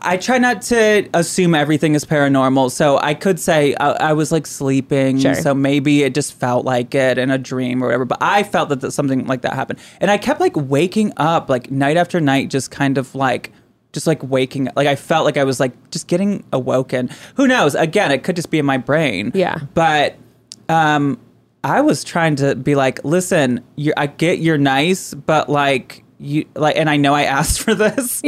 [SPEAKER 5] I try not to assume everything is paranormal. So I could say I, I was like sleeping.
[SPEAKER 4] Sure.
[SPEAKER 5] So maybe it just felt like it in a dream or whatever. But I felt that, that something like that happened. And I kept like waking up like night after night, just kind of like just like waking like I felt like I was like just getting awoken. Who knows? Again, it could just be in my brain.
[SPEAKER 7] Yeah.
[SPEAKER 5] But um I was trying to be like, listen, you I get you're nice, but like you like and I know I asked for this.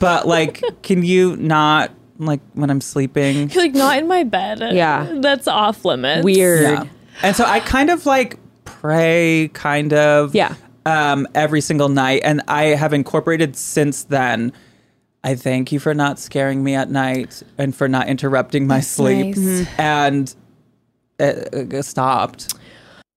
[SPEAKER 5] But like can you not like when I'm sleeping?
[SPEAKER 6] like not in my bed.
[SPEAKER 7] Yeah.
[SPEAKER 6] that's off limits.
[SPEAKER 7] Weird.
[SPEAKER 5] Yeah. And so I kind of like pray, kind of.
[SPEAKER 7] Yeah.
[SPEAKER 5] Um, every single night. And I have incorporated since then. I thank you for not scaring me at night and for not interrupting my sleep.
[SPEAKER 6] nice.
[SPEAKER 5] And it, it stopped.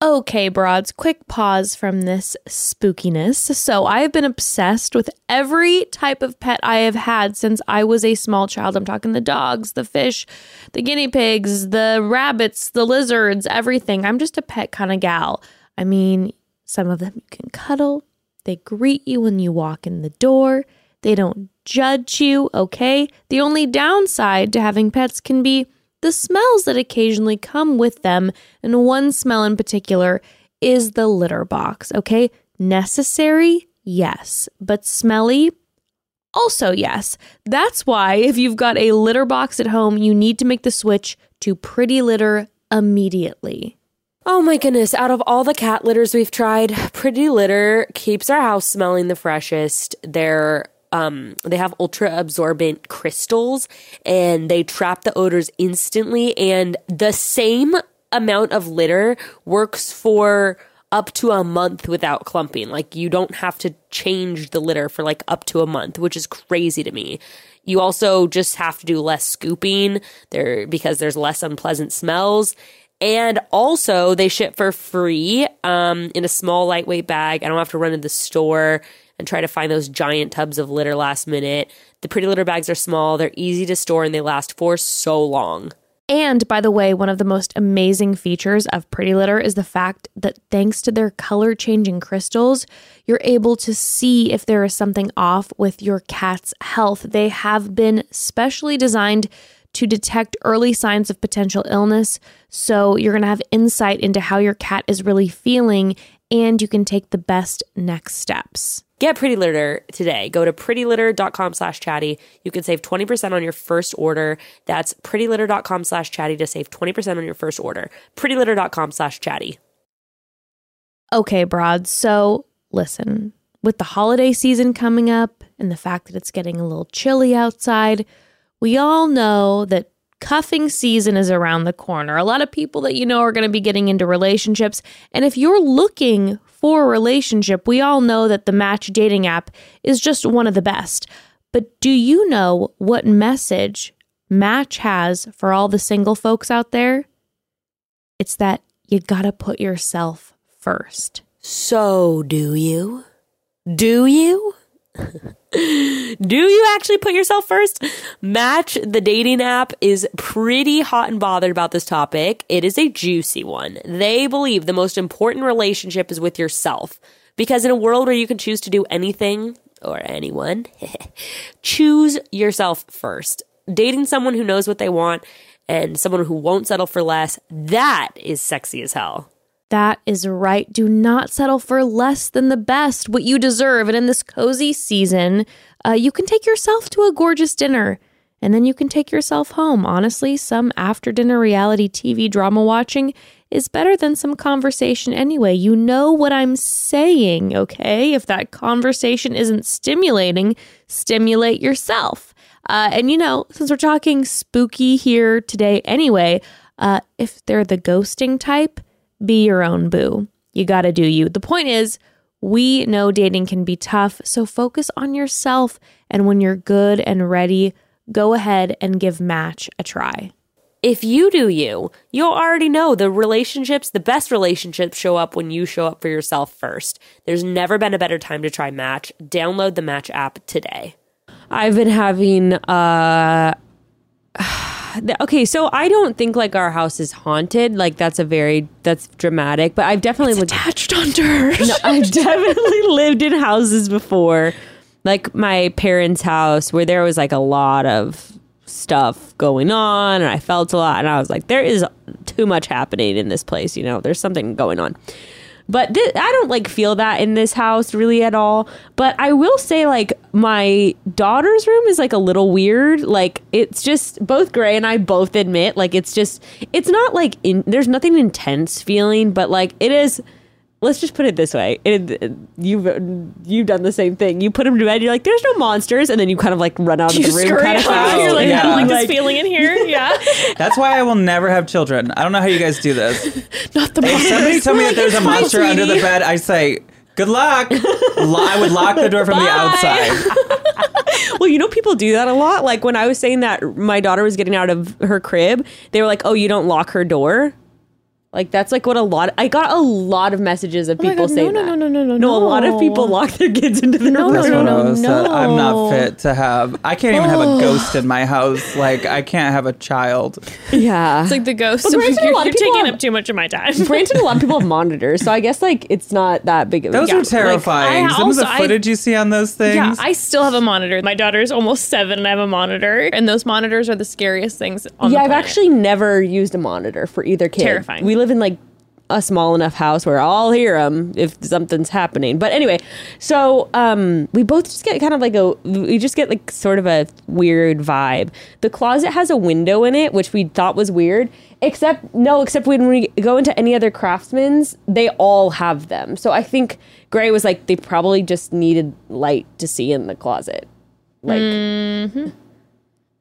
[SPEAKER 1] Okay, broads, quick pause from this spookiness. So, I have been obsessed with every type of pet I have had since I was a small child. I'm talking the dogs, the fish, the guinea pigs, the rabbits, the lizards, everything. I'm just a pet kind of gal. I mean, some of them you can cuddle, they greet you when you walk in the door, they don't judge you, okay? The only downside to having pets can be the smells that occasionally come with them, and one smell in particular is the litter box, okay? Necessary? Yes. But smelly? Also, yes. That's why if you've got a litter box at home, you need to make the switch to pretty litter immediately.
[SPEAKER 4] Oh my goodness, out of all the cat litters we've tried, Pretty Litter keeps our house smelling the freshest. They're um they have ultra absorbent crystals and they trap the odors instantly and the same amount of litter works for up to a month without clumping. Like you don't have to change the litter for like up to a month, which is crazy to me. You also just have to do less scooping there because there's less unpleasant smells. And also they ship for free um, in a small lightweight bag. I don't have to run to the store and try to find those giant tubs of litter last minute. The pretty litter bags are small, they're easy to store and they last for so long.
[SPEAKER 1] And by the way, one of the most amazing features of Pretty Litter is the fact that thanks to their color changing crystals, you're able to see if there is something off with your cat's health. They have been specially designed to detect early signs of potential illness. So you're going to have insight into how your cat is really feeling and you can take the best next steps.
[SPEAKER 4] Get Pretty Litter today. Go to prettylitter.com slash chatty. You can save 20% on your first order. That's prettylitter.com slash chatty to save 20% on your first order. prettylitter.com slash chatty.
[SPEAKER 1] Okay, broad. So listen, with the holiday season coming up and the fact that it's getting a little chilly outside, we all know that cuffing season is around the corner. A lot of people that you know are going to be getting into relationships. And if you're looking for a relationship, we all know that the match dating app is just one of the best. But do you know what message Match has for all the single folks out there? It's that you got to put yourself first.
[SPEAKER 4] So, do you? Do you? do you actually put yourself first? Match, the dating app, is pretty hot and bothered about this topic. It is a juicy one. They believe the most important relationship is with yourself. Because in a world where you can choose to do anything or anyone, choose yourself first. Dating someone who knows what they want and someone who won't settle for less, that is sexy as hell.
[SPEAKER 1] That is right. Do not settle for less than the best, what you deserve. And in this cozy season, uh, you can take yourself to a gorgeous dinner and then you can take yourself home. Honestly, some after dinner reality TV drama watching is better than some conversation anyway. You know what I'm saying, okay? If that conversation isn't stimulating, stimulate yourself. Uh, and you know, since we're talking spooky here today anyway, uh, if they're the ghosting type, be your own boo. You got to do you. The point is, we know dating can be tough, so focus on yourself. And when you're good and ready, go ahead and give Match a try.
[SPEAKER 4] if you do you, you'll already know the relationships, the best relationships show up when you show up for yourself first. There's never been a better time to try Match. Download the Match app today.
[SPEAKER 7] I've been having uh th- okay, so I don't think like our house is haunted. Like that's a very that's dramatic, but I've definitely lived
[SPEAKER 1] Attached onto her.
[SPEAKER 7] I've definitely lived in houses before. Like my parents' house where there was like a lot of stuff going on and I felt a lot and I was like there is too much happening in this place, you know. There's something going on. But thi- I don't like feel that in this house really at all. But I will say like
[SPEAKER 4] my daughter's room is like a little weird. Like it's just both Gray and I both admit like it's just it's not like in, there's nothing intense feeling, but like it is. Let's just put it this way: it, you've you've done the same thing. You put him to bed. You're like, "There's no monsters," and then you kind of like run out of the room. Kind of
[SPEAKER 5] out.
[SPEAKER 6] You're
[SPEAKER 5] Oh,
[SPEAKER 6] like, I
[SPEAKER 5] yeah.
[SPEAKER 6] don't like this
[SPEAKER 4] Like-
[SPEAKER 6] feeling in here. Yeah.
[SPEAKER 5] That's why I will never have children. I don't know how you guys do this.
[SPEAKER 6] Not the
[SPEAKER 5] If somebody tell me that there's a monster under the
[SPEAKER 6] sweetie.
[SPEAKER 5] bed, I say, good luck. Lo- I would lock the door from the outside.
[SPEAKER 4] Well, you know, people do that a lot. Like when I was saying that my daughter was getting out of her crib, they were like, "Oh, you don't lock her door." Like that's like what a lot. I got a lot of messages of
[SPEAKER 6] Oh my
[SPEAKER 4] people
[SPEAKER 6] God,
[SPEAKER 4] saying
[SPEAKER 6] no,
[SPEAKER 4] that.
[SPEAKER 6] no, no, no, no,
[SPEAKER 4] no. a lot of
[SPEAKER 6] no.
[SPEAKER 4] people lock their kids into their
[SPEAKER 6] No,
[SPEAKER 4] room.
[SPEAKER 6] no,
[SPEAKER 5] That's
[SPEAKER 6] no,
[SPEAKER 5] what
[SPEAKER 6] no,
[SPEAKER 5] I was said.
[SPEAKER 6] no.
[SPEAKER 5] I'm
[SPEAKER 6] Oh.
[SPEAKER 5] not fit to have. I can't even have a ghost in my house. Like I can't have a child.
[SPEAKER 4] Yeah,
[SPEAKER 6] It's like the ghost.
[SPEAKER 4] But
[SPEAKER 6] of-
[SPEAKER 4] granted, a
[SPEAKER 6] you're
[SPEAKER 4] lot of
[SPEAKER 6] you're
[SPEAKER 4] people
[SPEAKER 6] taking
[SPEAKER 4] have-
[SPEAKER 6] up too much of my time.
[SPEAKER 4] granted, a lot of people have monitors, so I guess like it's not that big of a
[SPEAKER 5] Those are terrifying.
[SPEAKER 6] I
[SPEAKER 5] Some of the
[SPEAKER 6] also- I-
[SPEAKER 5] footage you see on those things.
[SPEAKER 6] Yeah, I still have a monitor. My daughter is almost seven, and I have a monitor, and those monitors are the scariest things on
[SPEAKER 4] yeah,
[SPEAKER 6] the
[SPEAKER 4] I've
[SPEAKER 6] planet.
[SPEAKER 4] actually never used a monitor for either kid.
[SPEAKER 6] Terrifying.
[SPEAKER 4] We live in like a small enough house where I'll hear them if something's happening. But anyway, so um, we both just get kind of like a we just get like sort of a weird vibe. The closet has a window in it, which we thought was weird. Except no, except when we go into any other craftsman's, they all have them. So I think Gray was like they probably just needed light to see in the closet, like. Mm-hmm.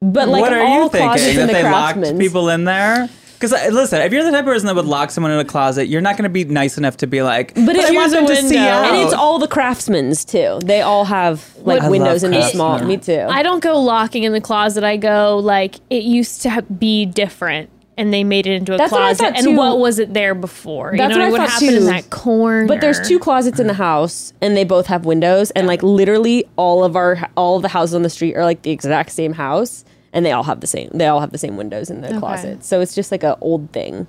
[SPEAKER 4] But like
[SPEAKER 5] what are
[SPEAKER 4] all
[SPEAKER 5] you
[SPEAKER 4] closets
[SPEAKER 5] thinking
[SPEAKER 4] in
[SPEAKER 5] that
[SPEAKER 4] the
[SPEAKER 5] they
[SPEAKER 4] craftsman's,
[SPEAKER 5] locked people in there? Because listen, if you're the type of person that would lock someone in a closet, you're not going to be nice enough to be like, but,
[SPEAKER 4] it
[SPEAKER 5] I want
[SPEAKER 4] was a
[SPEAKER 5] them to see
[SPEAKER 6] window."
[SPEAKER 5] out.
[SPEAKER 4] And it's all the craftsmen's too. They all have like
[SPEAKER 5] I love
[SPEAKER 4] windows in the
[SPEAKER 5] craftsmen.
[SPEAKER 4] small. Me too.
[SPEAKER 6] I don't go locking in the closet. I go like it used to ha- be different, and they made it into a
[SPEAKER 4] That's what I
[SPEAKER 6] closet.
[SPEAKER 4] thought,
[SPEAKER 6] and
[SPEAKER 4] too.
[SPEAKER 6] what was it there before?
[SPEAKER 4] That's
[SPEAKER 6] you know
[SPEAKER 4] what I thought,
[SPEAKER 6] what, happened in
[SPEAKER 4] too.
[SPEAKER 6] that corner?
[SPEAKER 4] but there's two closets in the house, and they both have windows. And like literally all of our all the houses on the street are like the exact same house, and they all have the same. They all have the same windows in the closet. So it's just like a old thing.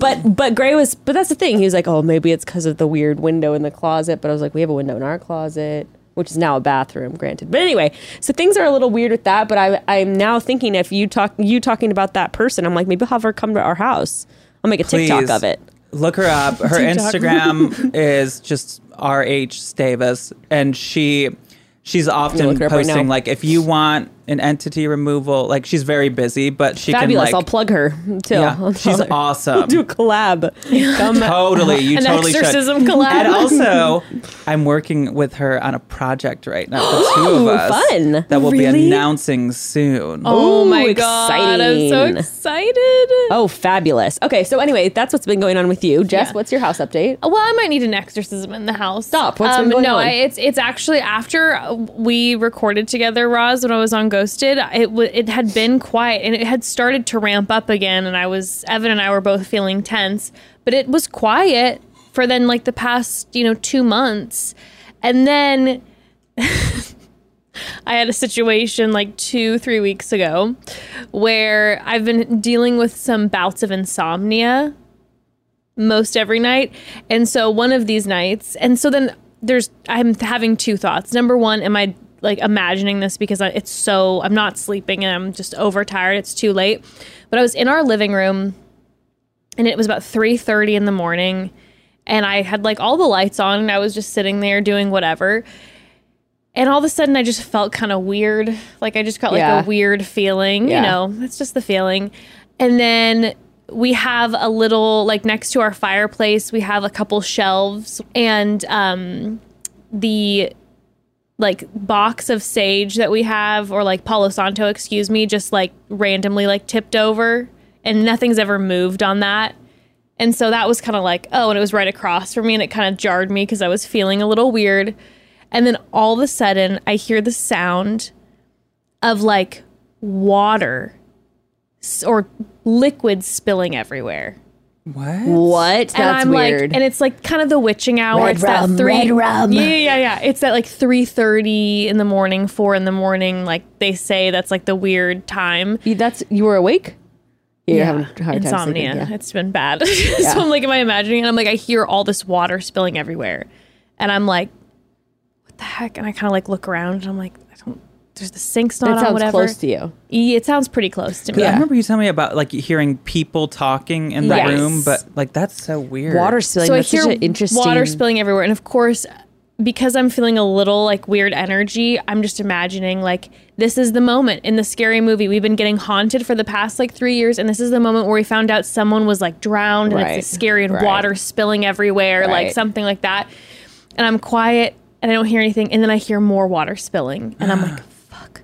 [SPEAKER 4] But but Gray was. But that's the thing. He was like, oh, maybe it's because of the weird window in the closet. But I was like, we have a window in our closet. Which is now a bathroom, granted. But anyway, so things are a little weird with that. But I, I'm now thinking if you talk, you talking about that person, I'm like maybe I'll have her come to our house. I'll make a TikTok
[SPEAKER 5] Please.
[SPEAKER 4] of it.
[SPEAKER 5] Look her up. Her Instagram is just RH Stavis, and she she's often
[SPEAKER 4] look it up right
[SPEAKER 5] posting
[SPEAKER 4] now.
[SPEAKER 5] like if you want an entity removal, like she's very busy, but she
[SPEAKER 4] Fabulous.
[SPEAKER 5] can
[SPEAKER 4] I'll
[SPEAKER 5] like
[SPEAKER 4] plug her too.
[SPEAKER 5] yeah, she's awesome.
[SPEAKER 4] Do a collab. Come
[SPEAKER 5] Totally, you
[SPEAKER 6] an
[SPEAKER 5] totally should.
[SPEAKER 6] exorcism collab.
[SPEAKER 5] And also, I'm working with her on a project right now, the two of
[SPEAKER 4] Ooh,
[SPEAKER 5] us,
[SPEAKER 4] fun.
[SPEAKER 5] that we'll be
[SPEAKER 4] Really?
[SPEAKER 5] announcing soon.
[SPEAKER 6] oh my
[SPEAKER 4] Ooh,
[SPEAKER 6] god! I'm so
[SPEAKER 4] exciting.
[SPEAKER 6] excited.
[SPEAKER 4] Oh, fabulous. Okay, so anyway, that's what's been going on with you. Jess,
[SPEAKER 6] Yeah.
[SPEAKER 4] what's your house update?
[SPEAKER 6] Well, I might need an exorcism in the house. Um,
[SPEAKER 4] Stop. What's been going
[SPEAKER 6] no,
[SPEAKER 4] on?
[SPEAKER 6] I, it's it's actually after uh, we recorded together, Roz, when I was on Ghosted. It w- it had been quiet and it had started to ramp up again, and I was Evan and I were both feeling tense, but it was quiet for then like the past you know two months, and then I had a situation like two, three weeks ago where I've been dealing with some bouts of insomnia most every night. And so one of these nights, and so then there's, I'm having two thoughts. Number one, am I like imagining this because I, it's so, I'm not sleeping and I'm just overtired. It's too late. But I was in our living room and it was about 3.30 in the morning and I had like all the lights on and I was just sitting there doing whatever. And all of a sudden, I just felt kind of weird. Like I just got like
[SPEAKER 4] Yeah.
[SPEAKER 6] a weird feeling.
[SPEAKER 4] Yeah.
[SPEAKER 6] You know, it's just the feeling. And then we have a little like next to our fireplace, we have a couple shelves and um, the like box of sage that we have, or like Palo Santo, excuse me, just like randomly like tipped over, and nothing's ever moved on that. And so that was kind of like, oh, and it was right across from me, and it kind of jarred me because I was feeling a little weird. And then all of a sudden, I hear the sound of like water s- or liquid spilling everywhere.
[SPEAKER 5] what?
[SPEAKER 4] What? That's
[SPEAKER 6] and I'm
[SPEAKER 4] weird.
[SPEAKER 6] like, and it's like kind of the witching hour.
[SPEAKER 4] Red
[SPEAKER 6] it's
[SPEAKER 4] rum,
[SPEAKER 6] that three,
[SPEAKER 4] red rum.
[SPEAKER 6] yeah, yeah, yeah. It's at like three thirty in the morning, four in the morning. Like they say, that's like the weird time.
[SPEAKER 4] You- that's you were awake? You're having a hard time sleeping,
[SPEAKER 6] insomnia.
[SPEAKER 4] yeah.
[SPEAKER 6] It's been bad. so I'm like, am I imagining? it? I'm like, I hear all this water spilling everywhere, and I'm like, what the heck? And I kind of like look around, and I'm like, I don't. There's the sink's not
[SPEAKER 4] That
[SPEAKER 6] on.
[SPEAKER 4] sounds
[SPEAKER 6] Whatever.
[SPEAKER 4] close to you.
[SPEAKER 6] Yeah, it sounds pretty close to me.
[SPEAKER 5] Yeah, I remember you telling me about like hearing people talking in the
[SPEAKER 4] Yes.
[SPEAKER 5] room, but like that's so weird.
[SPEAKER 4] Water spilling.
[SPEAKER 6] so I
[SPEAKER 4] that's
[SPEAKER 6] hear
[SPEAKER 4] such an interesting.
[SPEAKER 6] water spilling everywhere, and of course, because I'm feeling a little like weird energy, I'm just imagining like this is the moment in the scary movie. We've been getting haunted for the past like three years, and this is the moment where we found out someone was like drowned and
[SPEAKER 4] Right.
[SPEAKER 6] it's scary and water spilling everywhere, like
[SPEAKER 4] Right.
[SPEAKER 6] something like that. And I'm quiet and I don't hear anything, and then I hear more water spilling, and I'm like, fuck.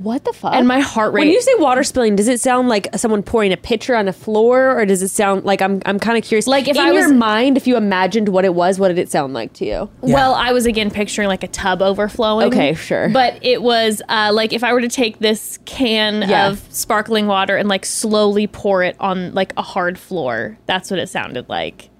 [SPEAKER 4] What the fuck?
[SPEAKER 6] And my heart rate.
[SPEAKER 4] Oh, When you say water spilling, does it sound like someone pouring a pitcher on the floor, or does it sound like I'm? I'm kind of curious.
[SPEAKER 6] Like, if
[SPEAKER 4] in
[SPEAKER 6] I
[SPEAKER 4] your
[SPEAKER 6] was-
[SPEAKER 4] mind, if you imagined what it was, what did it sound like to you?
[SPEAKER 6] Well, I was again picturing like a tub overflowing.
[SPEAKER 4] Okay, sure.
[SPEAKER 6] But it was uh, like if I were to take this can
[SPEAKER 4] Yeah.
[SPEAKER 6] of sparkling water and like slowly pour it on like a hard floor. That's what it sounded like.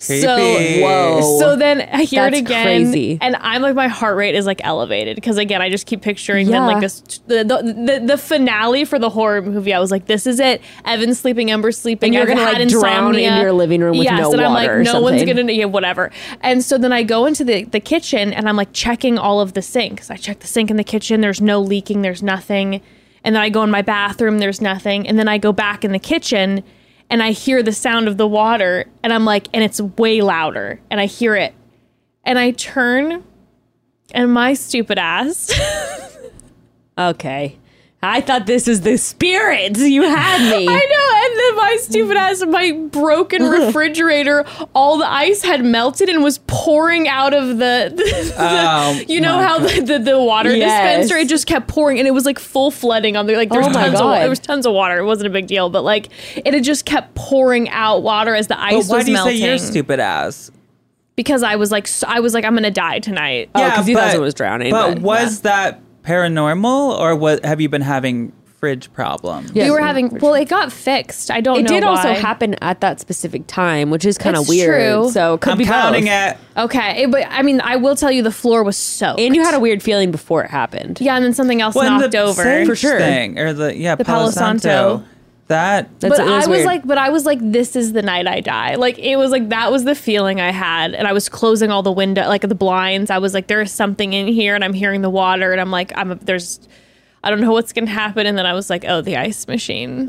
[SPEAKER 5] Creepy.
[SPEAKER 6] So
[SPEAKER 4] Whoa.
[SPEAKER 6] So then I hear
[SPEAKER 4] Oh, That's
[SPEAKER 6] it again,
[SPEAKER 4] crazy.
[SPEAKER 6] and I'm like my heart rate is like elevated because again I just keep picturing
[SPEAKER 4] Yeah.
[SPEAKER 6] then like this the, the the the finale for the horror movie. I was like, this is it. Evan's sleeping, Ember's sleeping.
[SPEAKER 4] And you're
[SPEAKER 6] I've
[SPEAKER 4] gonna,
[SPEAKER 6] had
[SPEAKER 4] like, drown in
[SPEAKER 6] insomnia.
[SPEAKER 4] your living room with
[SPEAKER 6] yes,
[SPEAKER 4] no
[SPEAKER 6] and I'm like,
[SPEAKER 4] water or
[SPEAKER 6] no one's
[SPEAKER 4] something.
[SPEAKER 6] gonna yeah, whatever. And so then I go into the, the kitchen and I'm like checking all of the sinks. I check the sink in the kitchen, there's no leaking, there's nothing. And then I go in my bathroom, there's nothing. And then I go back in the kitchen and I hear the sound of the water and I'm like, and it's way louder. And I hear it. And I turn and my stupid ass
[SPEAKER 4] Okay, I thought this was the spirit. You had me.
[SPEAKER 6] I know. And then my stupid ass, my broken refrigerator, all the ice had melted and was pouring out of the. the-
[SPEAKER 5] Oh,
[SPEAKER 6] the- you know
[SPEAKER 5] my
[SPEAKER 6] how the, the, the water
[SPEAKER 4] Yes.
[SPEAKER 6] dispenser it just kept pouring and it was like full flooding on the like there was
[SPEAKER 4] Oh my
[SPEAKER 6] tons of
[SPEAKER 4] God.
[SPEAKER 6] there was tons of water it wasn't a big deal but like it had just kept pouring out water as the
[SPEAKER 5] But
[SPEAKER 6] ice
[SPEAKER 5] why
[SPEAKER 6] was
[SPEAKER 5] do you
[SPEAKER 6] melting
[SPEAKER 5] say you're stupid ass?
[SPEAKER 6] because I was like so, I was like I'm gonna die tonight
[SPEAKER 4] Oh, 'cause you thought someone was drowning,
[SPEAKER 5] But,
[SPEAKER 4] but-
[SPEAKER 5] was that paranormal, or what? Have you been having fridge problems?
[SPEAKER 4] Yeah.
[SPEAKER 6] we were having well it got fixed I don't
[SPEAKER 4] It
[SPEAKER 6] know
[SPEAKER 4] did also
[SPEAKER 6] why.
[SPEAKER 4] happen at that specific time, which is kind of
[SPEAKER 6] It's
[SPEAKER 4] weird.
[SPEAKER 6] true.
[SPEAKER 4] So it could
[SPEAKER 5] I'm
[SPEAKER 4] be
[SPEAKER 5] counting
[SPEAKER 4] both.
[SPEAKER 5] it.
[SPEAKER 6] okay it- but I mean I will tell you the floor was soaked
[SPEAKER 4] And you had a weird feeling before it happened.
[SPEAKER 6] Yeah, and then something else
[SPEAKER 5] When
[SPEAKER 6] knocked
[SPEAKER 5] the
[SPEAKER 6] over.
[SPEAKER 5] sage
[SPEAKER 4] For sure.
[SPEAKER 5] thing, or the yeah,
[SPEAKER 6] Palo
[SPEAKER 5] Palo Santo.
[SPEAKER 6] Santo.
[SPEAKER 5] That
[SPEAKER 6] But
[SPEAKER 4] That's- it
[SPEAKER 6] I was
[SPEAKER 4] weird.
[SPEAKER 6] like, but I was like, this is the night I die. Like it was like that was the feeling I had, and I was closing all the window, like the blinds. I was like, there is something in here, and I'm hearing the water, and I'm like, I'm there's, I don't know what's gonna happen, and then I was like, oh, the ice machine.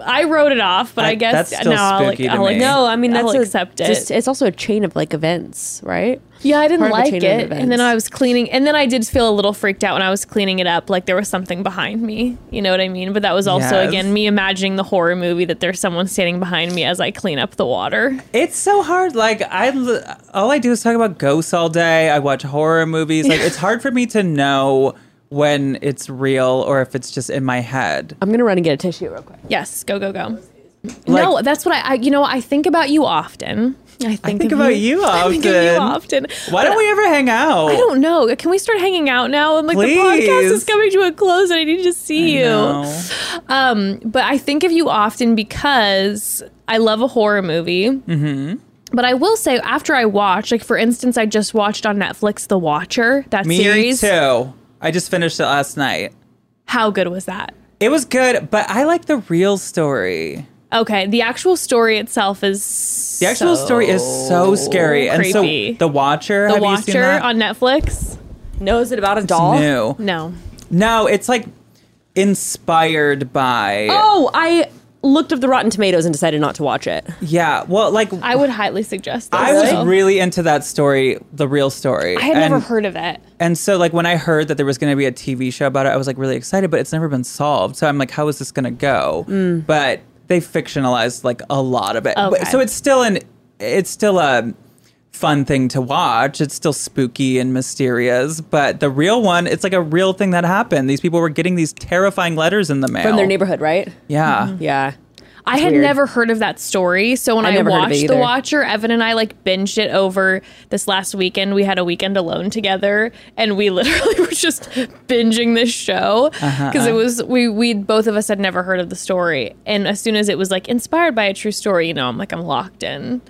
[SPEAKER 6] I wrote it off, but I,
[SPEAKER 5] That-
[SPEAKER 6] guess
[SPEAKER 5] Uh. that's still
[SPEAKER 6] no, I'll, like,
[SPEAKER 5] spooky to
[SPEAKER 6] I'll, like,
[SPEAKER 5] me.
[SPEAKER 4] No, I mean that's
[SPEAKER 6] I'll
[SPEAKER 4] a-
[SPEAKER 6] accept it.
[SPEAKER 4] Just, it's also a chain of like events, right?
[SPEAKER 6] Yeah, I didn't
[SPEAKER 4] part of a
[SPEAKER 6] like
[SPEAKER 4] chain
[SPEAKER 6] it.
[SPEAKER 4] of events.
[SPEAKER 6] And then I was cleaning, and then I did feel a little freaked out when I was cleaning it up. Like there was something behind me. You know what I mean? But that was also,
[SPEAKER 5] Yes.
[SPEAKER 6] again, me imagining the horror movie that there's someone standing behind me as I clean up the water.
[SPEAKER 5] It's so hard. Like I, l- all I do is talk about ghosts all day. I watch horror movies. Like it's hard for me to know when it's real or if it's just in my head.
[SPEAKER 4] I'm gonna run and get a tissue real quick.
[SPEAKER 6] Yes, go, go, go. no, that's what I, I, you know, I think about you often. I think,
[SPEAKER 5] think
[SPEAKER 6] of
[SPEAKER 5] about you
[SPEAKER 6] I think of you often.
[SPEAKER 5] often. Why don't we ever hang out?
[SPEAKER 6] I don't know. Can we start hanging out now? I'm like,
[SPEAKER 5] Please.
[SPEAKER 6] the podcast is coming to a close and I need to see you.
[SPEAKER 5] No.
[SPEAKER 6] Um, but I think of you often because I love a horror movie. Mm-hmm. But I will say, after I watch, like for instance, I just watched on Netflix The Watcher, that
[SPEAKER 5] Me
[SPEAKER 6] series.
[SPEAKER 5] too. I just finished it last night.
[SPEAKER 6] How good was that?
[SPEAKER 5] It was good, but I like the real story.
[SPEAKER 6] Okay, the actual story itself is
[SPEAKER 5] The actual story is so scary.
[SPEAKER 6] creepy.
[SPEAKER 5] And so The Watcher,
[SPEAKER 6] The
[SPEAKER 5] have you seen
[SPEAKER 6] Watcher
[SPEAKER 5] that?
[SPEAKER 6] on Netflix.
[SPEAKER 4] No, is it about a
[SPEAKER 5] It's
[SPEAKER 4] doll?
[SPEAKER 5] new.
[SPEAKER 6] No,
[SPEAKER 5] No, it's like inspired by
[SPEAKER 4] Oh, I looked up the Rotten Tomatoes and decided not to watch it.
[SPEAKER 5] Yeah. Well, like I,
[SPEAKER 6] I would highly suggest. This,
[SPEAKER 5] was
[SPEAKER 6] though.
[SPEAKER 5] really into that story, the real story.
[SPEAKER 6] I had
[SPEAKER 5] and,
[SPEAKER 6] never heard of it.
[SPEAKER 5] And so like when I heard that there was going to be a TV show about it, I was like really excited, but it's never been solved. So I'm like how is this going to go?
[SPEAKER 4] Mm.
[SPEAKER 5] But they fictionalized like a lot of it. But-
[SPEAKER 6] Okay.
[SPEAKER 5] So it's still an it's still a fun thing to watch. It's still spooky and mysterious, but the real one, it's like a real thing that happened. These people were getting these terrifying letters in the mail
[SPEAKER 4] From their Mm-hmm. neighborhood, right?
[SPEAKER 5] Yeah.
[SPEAKER 4] Yeah.
[SPEAKER 6] I had
[SPEAKER 4] weird.
[SPEAKER 6] never heard of that story. So when
[SPEAKER 4] I
[SPEAKER 6] I,
[SPEAKER 4] never heard of it
[SPEAKER 6] watched The
[SPEAKER 4] either.
[SPEAKER 6] Watcher, Evan and I like binged it over this last weekend. We had a weekend alone together and we literally were just binging this show because
[SPEAKER 4] Uh-huh,
[SPEAKER 6] it was we we both of us had never heard of the story. And as soon as it was like inspired by a true story, you know, I'm like I'm locked in.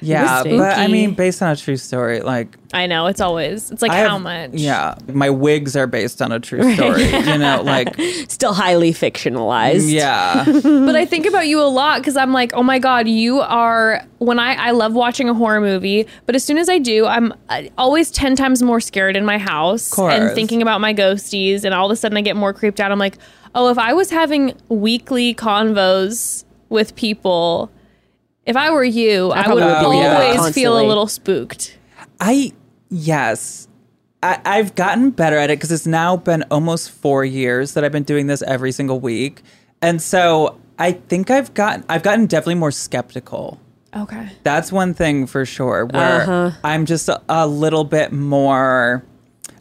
[SPEAKER 5] Yeah,
[SPEAKER 4] It was
[SPEAKER 5] but I
[SPEAKER 6] spooky.
[SPEAKER 5] mean based on a true story, like
[SPEAKER 6] I know, it's always it's like
[SPEAKER 5] I
[SPEAKER 6] how
[SPEAKER 5] have-
[SPEAKER 6] much.
[SPEAKER 5] Yeah, my wigs are based on a true story. you know, like
[SPEAKER 4] Still highly fictionalized.
[SPEAKER 5] yeah,
[SPEAKER 6] but I think about you a lot because I'm like, oh my god, you are. When I I love watching a horror movie, but as soon as I do, I'm uh, always ten times more scared in my house
[SPEAKER 5] course.
[SPEAKER 6] and thinking about my ghosties, and all of a sudden I get more creeped out. I'm like, oh, if I was having weekly convos with people, if I were you, I, would
[SPEAKER 4] probably
[SPEAKER 5] would be doing that
[SPEAKER 6] always feel a
[SPEAKER 4] constantly.
[SPEAKER 6] little spooked.
[SPEAKER 5] I Yes. I, I've gotten better at it because it's now been almost four years that I've been doing this every single week. And so I think I've gotten I've gotten definitely more skeptical.
[SPEAKER 6] Okay.
[SPEAKER 5] That's one thing for sure where
[SPEAKER 4] Uh-huh.
[SPEAKER 5] I'm just a, a little bit more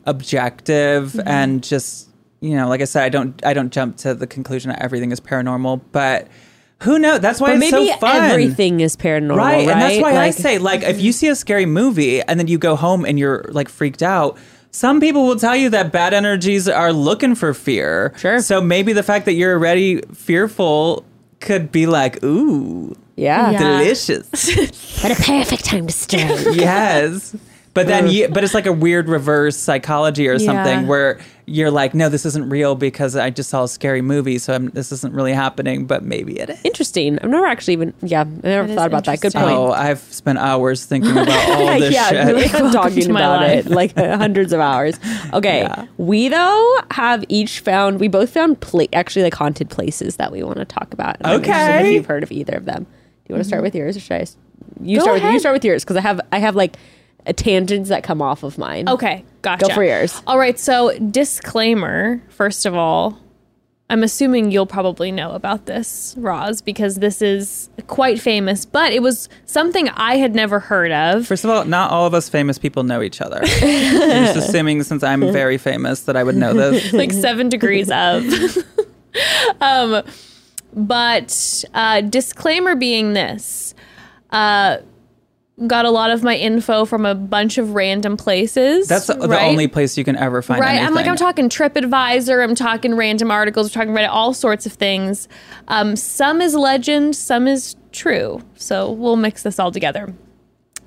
[SPEAKER 5] objective
[SPEAKER 4] Mm-hmm.
[SPEAKER 5] and just you know, like I said, I don't I don't jump to the conclusion that everything is paranormal, but who knows? That's why
[SPEAKER 4] But
[SPEAKER 5] it's
[SPEAKER 4] maybe
[SPEAKER 5] so fun.
[SPEAKER 4] everything is paranormal,
[SPEAKER 5] Right,
[SPEAKER 4] Oh, right?
[SPEAKER 5] and that's why I
[SPEAKER 4] Like-
[SPEAKER 5] say, like, if you see a scary movie and then you go home and you're like freaked out, some people will tell you that bad energies are looking for fear.
[SPEAKER 4] Sure.
[SPEAKER 5] So maybe the fact that you're already fearful could be like, ooh,
[SPEAKER 4] yeah.
[SPEAKER 6] Yeah.
[SPEAKER 5] delicious.
[SPEAKER 1] What a perfect time to stay.
[SPEAKER 5] yes. But then, you, but it's like a weird reverse psychology or something
[SPEAKER 6] Yeah.
[SPEAKER 5] where you're like, no, this isn't real because I just saw a scary movie, so I'm, this isn't really happening, but maybe it is.
[SPEAKER 4] Interesting. I've never actually even. Yeah, I never
[SPEAKER 6] is
[SPEAKER 4] thought about that. Good
[SPEAKER 6] interesting.
[SPEAKER 4] point.
[SPEAKER 5] Oh, I've spent hours thinking about all this
[SPEAKER 4] yeah,
[SPEAKER 5] Oh, shit.
[SPEAKER 4] we've been talking
[SPEAKER 6] to my
[SPEAKER 4] about
[SPEAKER 6] life.
[SPEAKER 4] it like uh, hundreds of hours. Okay, we though have each found we both found pla- actually like haunted places that we want to talk about. And I'm interested
[SPEAKER 5] Okay.
[SPEAKER 4] if you've heard of either of them, do you want to start with yours or should I? s- You
[SPEAKER 6] Go
[SPEAKER 4] start with you
[SPEAKER 6] ahead.
[SPEAKER 4] start with yours because I have I have like uh, tangents that come off of mine.
[SPEAKER 6] Okay. Gotcha.
[SPEAKER 4] for yours.
[SPEAKER 6] All right. So, disclaimer first of all, I'm assuming you'll probably know about this, Roz, because this is quite famous, but it was something I had never heard of.
[SPEAKER 5] First of all, not all of us famous people know each other. You're just assuming since I'm very famous that I would know this.
[SPEAKER 6] like seven degrees of. um, but uh, disclaimer being this, uh, got a lot of my info from a bunch of random places.
[SPEAKER 5] That's the
[SPEAKER 6] right?
[SPEAKER 5] only place you can ever find
[SPEAKER 6] Right, I'm like
[SPEAKER 5] anything.
[SPEAKER 6] I'm talking TripAdvisor, I'm talking random articles, I'm talking about all sorts of things. Um, some is legend, some is true. So we'll mix this all together.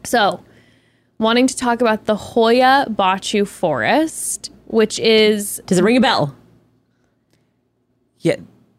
[SPEAKER 6] So, wanting to talk about the Hoya Bachu Forest, which is
[SPEAKER 4] Does it ring a bell?
[SPEAKER 5] Yeah,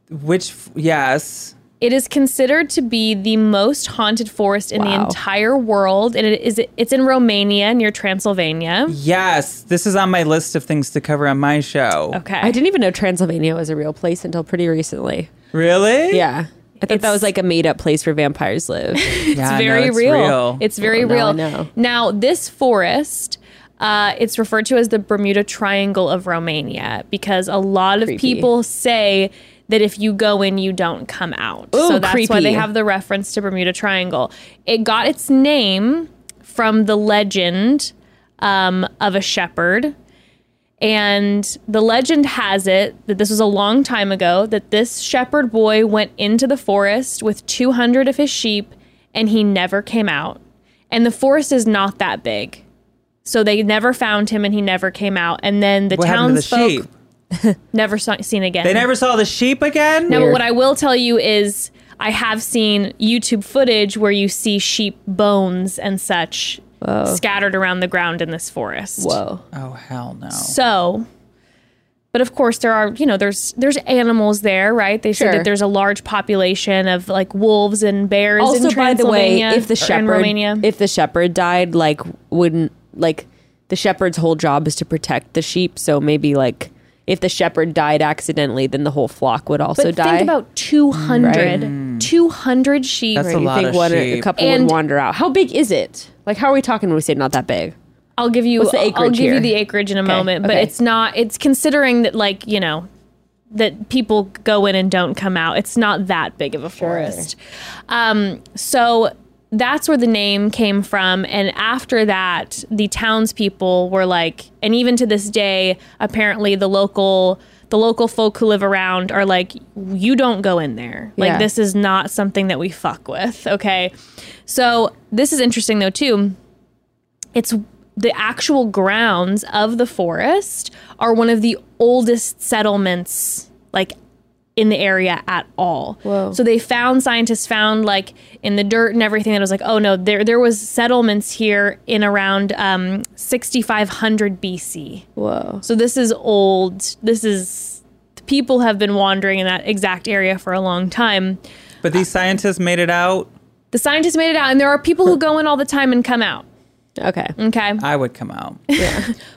[SPEAKER 5] which f- yes,
[SPEAKER 6] It is considered to be the most haunted forest in the
[SPEAKER 4] Wow.
[SPEAKER 6] entire world, and it is it's in Romania near Transylvania.
[SPEAKER 5] yes. This is on my list of things to cover on my show.
[SPEAKER 6] Okay,
[SPEAKER 4] I didn't even know Transylvania was a real place until pretty recently.
[SPEAKER 5] Really?
[SPEAKER 4] Yeah. I thought that was like a made up place where vampires live.
[SPEAKER 5] Yeah, no,
[SPEAKER 6] it's very
[SPEAKER 5] it's
[SPEAKER 6] real.
[SPEAKER 5] real.
[SPEAKER 6] It's very
[SPEAKER 4] Well, now I
[SPEAKER 6] real.
[SPEAKER 4] know.
[SPEAKER 6] Now this forest, uh, it's referred to as the Bermuda Triangle of Romania because a lot of
[SPEAKER 4] Creepy.
[SPEAKER 6] people say that if you go in, you don't come out. so that's why
[SPEAKER 4] creepy.
[SPEAKER 6] they have the reference to Bermuda Triangle. It got its name from the legend um, of a shepherd. And the legend has it that this was a long time ago that this shepherd boy went into the forest with 200 of his sheep and he never came out. And the forest is not that big. So they never found him and he never came out. And then the
[SPEAKER 5] What happened to
[SPEAKER 6] townsfolk
[SPEAKER 5] the sheep?
[SPEAKER 6] never saw, seen again.
[SPEAKER 5] They never saw the sheep again.
[SPEAKER 6] No, but what I will tell you is I have seen YouTube footage where you see sheep bones and such scattered around the ground in this forest.
[SPEAKER 4] Whoa.
[SPEAKER 5] Oh hell no.
[SPEAKER 6] So, but of course there are, you know, there's there's animals there, right? They said
[SPEAKER 4] Sure.
[SPEAKER 6] that there's a large population of like wolves and bears
[SPEAKER 4] also
[SPEAKER 6] in
[SPEAKER 4] by the way
[SPEAKER 6] Transylvania
[SPEAKER 4] if
[SPEAKER 6] or
[SPEAKER 4] the
[SPEAKER 6] in
[SPEAKER 4] shepherd
[SPEAKER 6] Romania.
[SPEAKER 4] if the shepherd died like wouldn't like the shepherd's whole job is to protect the sheep so maybe like if the shepherd died accidentally then the whole flock would also
[SPEAKER 6] but
[SPEAKER 4] die
[SPEAKER 6] think about 200 200 sheep
[SPEAKER 5] That's a
[SPEAKER 4] you
[SPEAKER 5] lot
[SPEAKER 4] think
[SPEAKER 5] of
[SPEAKER 4] one a
[SPEAKER 5] sheep.
[SPEAKER 4] couple
[SPEAKER 6] And-
[SPEAKER 4] would wander out how big is it like how are we talking when we say not that big
[SPEAKER 6] I'll give you
[SPEAKER 4] What's the
[SPEAKER 6] I'll
[SPEAKER 4] acreage
[SPEAKER 6] give you
[SPEAKER 4] here?
[SPEAKER 6] the acreage in a moment, but
[SPEAKER 4] okay.
[SPEAKER 6] it's not it's considering that like, you know, that people go in and don't come out. It's not that big of a forest. Um so that's where the name came from and after that the townspeople were like and even to this day apparently the local the local folk who live around are like you don't go in there like
[SPEAKER 4] Yeah.
[SPEAKER 6] this is not something that we fuck with okay so this is interesting though too it's the actual grounds of the forest are one of the oldest settlements like in the area at all.
[SPEAKER 4] Whoa.
[SPEAKER 6] So they found scientists found like in the dirt and everything that was like, oh no, there there was settlements here in around um, 6500 BC.
[SPEAKER 4] whoa
[SPEAKER 6] So this is old. This is the people have been wandering in that exact area for a long time.
[SPEAKER 5] but these scientists made it out.
[SPEAKER 6] The scientists made it out, and there are people who go in all the time and come out.
[SPEAKER 4] Okay.
[SPEAKER 6] Okay.
[SPEAKER 5] I would come out.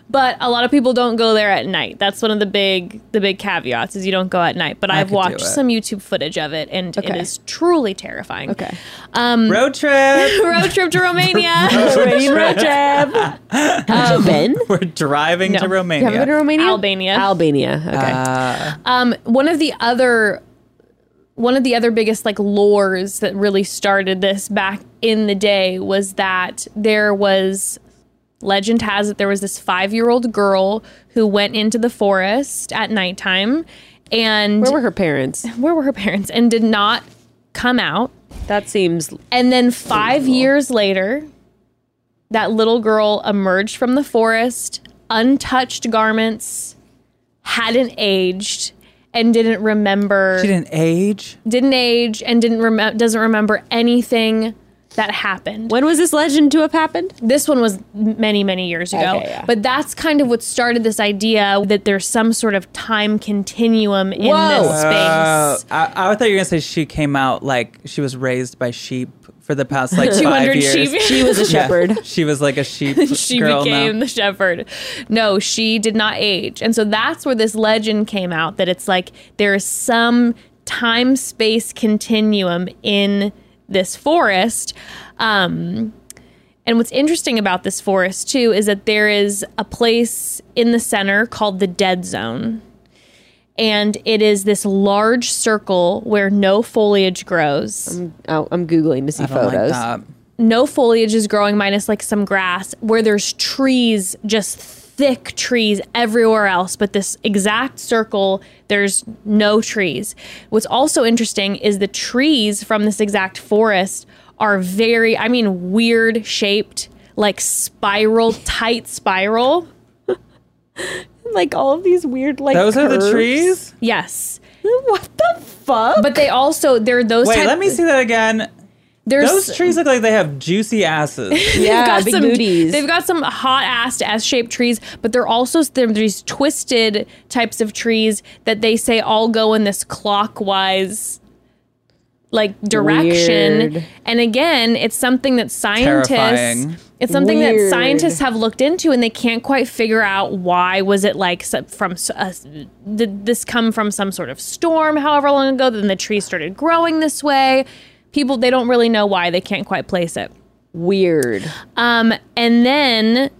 [SPEAKER 6] but a lot of people don't go there at night. That's one of the big the big caveats is you don't go at night. But I've
[SPEAKER 5] could do
[SPEAKER 6] watched
[SPEAKER 5] it.
[SPEAKER 6] some YouTube footage of it and
[SPEAKER 4] Okay.
[SPEAKER 6] it is truly terrifying.
[SPEAKER 4] Okay.
[SPEAKER 6] Mm.
[SPEAKER 5] Road trip.
[SPEAKER 6] Road trip to Romania.
[SPEAKER 4] Romanian road trip. Have you been?
[SPEAKER 5] We're driving to
[SPEAKER 4] You haven't been to
[SPEAKER 5] Romania.
[SPEAKER 4] Romania?
[SPEAKER 6] Albania.
[SPEAKER 4] Albania. Okay.
[SPEAKER 5] Uh,
[SPEAKER 6] um one of the other one of the other biggest like lores that really started this back in the day was that there was legend has it there was this 5-year-old girl who went into the forest at nighttime and
[SPEAKER 4] Where were her parents?
[SPEAKER 6] where were her parents and did not come out
[SPEAKER 4] That seems
[SPEAKER 6] And then five years later, that little girl emerged from the forest, untouched garments, hadn't aged, and didn't remember.
[SPEAKER 5] She didn't age.
[SPEAKER 6] didn't age and didn't remember. Doesn't remember anything that happened.
[SPEAKER 4] When was this legend to have happened?
[SPEAKER 6] This one was many, many years ago.
[SPEAKER 4] Okay, yeah.
[SPEAKER 6] But that's kind of what started this idea that there's some sort of time continuum in this space.
[SPEAKER 5] Oh, I, I thought you were gonna say she came out like she was raised by sheep for the past like five
[SPEAKER 6] 200
[SPEAKER 5] years.
[SPEAKER 6] sheep.
[SPEAKER 4] She was a
[SPEAKER 5] Yeah.
[SPEAKER 4] shepherd.
[SPEAKER 5] She was like a sheep
[SPEAKER 6] she
[SPEAKER 5] girl
[SPEAKER 6] became
[SPEAKER 5] now.
[SPEAKER 6] the shepherd. No, she did not age. And so that's where this legend came out that it's like there is some time space continuum in this forest. Um, and what's interesting about this forest, too, is that there is a place in the center called the Dead Zone. And it is this large circle where no foliage grows
[SPEAKER 4] Oh, I'm googling to see
[SPEAKER 5] I don't like
[SPEAKER 4] photos.
[SPEAKER 5] that.
[SPEAKER 6] no foliage is growing minus like some grass where there's trees just thick trees everywhere else but this exact circle there's no trees what's also interesting is the trees from this exact forest are very i mean weird shaped like spiral tight spiral
[SPEAKER 4] like all of these weird like
[SPEAKER 5] Those are the
[SPEAKER 4] curves.
[SPEAKER 5] trees.
[SPEAKER 6] yes
[SPEAKER 4] What the fuck?
[SPEAKER 6] but they also they're those
[SPEAKER 5] Wait,
[SPEAKER 6] type-
[SPEAKER 5] let me see that again.
[SPEAKER 6] there's
[SPEAKER 5] Those trees look like they have juicy asses.
[SPEAKER 4] yeah,
[SPEAKER 6] got
[SPEAKER 4] big
[SPEAKER 6] some,
[SPEAKER 4] booties.
[SPEAKER 6] They've got some hot assed S shaped trees, but they're also there are these twisted types of trees that they say all go in this clockwise like direction.
[SPEAKER 4] Weird.
[SPEAKER 6] And again, it's something that scientists
[SPEAKER 5] Terrifying.
[SPEAKER 6] it's something that
[SPEAKER 4] Weird.
[SPEAKER 6] scientists have looked into and they can't quite figure out why was it like so- from s- uh, did this come from some sort of storm however long ago then the trees started growing this way. People they don't really know why they can't quite place it.
[SPEAKER 4] weird.
[SPEAKER 6] Um, and then,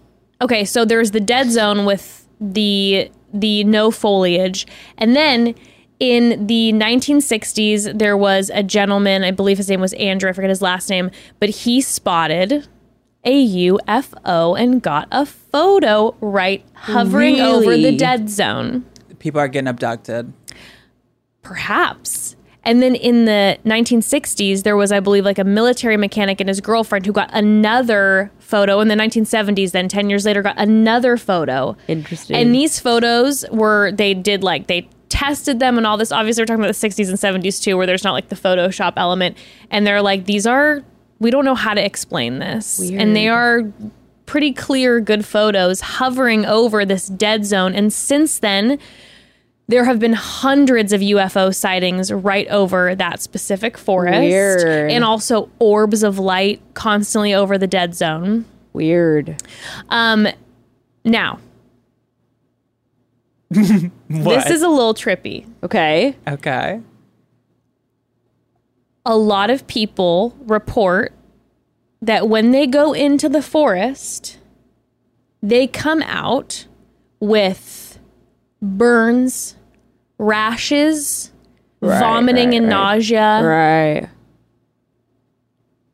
[SPEAKER 6] okay, so there's the dead zone with the the no foliage, and then in the 1960s there was a gentleman, I believe his name was Andrew, I forget his last name, but he spotted a UFO and got a photo right hovering over
[SPEAKER 4] Really?
[SPEAKER 6] the dead zone
[SPEAKER 5] People are getting abducted.
[SPEAKER 6] perhaps. And then in the 1960s, there was, I believe, like a military mechanic and his girlfriend who got another photo in the 1970s, then 10 years later, got another photo.
[SPEAKER 4] Interesting.
[SPEAKER 6] And these photos were, they did like, they tested them and all this. Obviously, we're talking about the 60s and 70s too, where there's not like the Photoshop element. And they're like, these are, we don't know how to explain this. And they are pretty clear, good photos hovering over this dead zone. And since then, there have been hundreds of UFO sightings right over that specific forest.
[SPEAKER 4] Weird.
[SPEAKER 6] And also orbs of light constantly over the dead zone.
[SPEAKER 4] weird.
[SPEAKER 6] Um, now,
[SPEAKER 5] What?
[SPEAKER 6] this is a little trippy.
[SPEAKER 4] Okay.
[SPEAKER 5] okay.
[SPEAKER 6] A lot of people report that when they go into the forest, they come out with burns, rashes, vomiting, and nausea.
[SPEAKER 4] Right.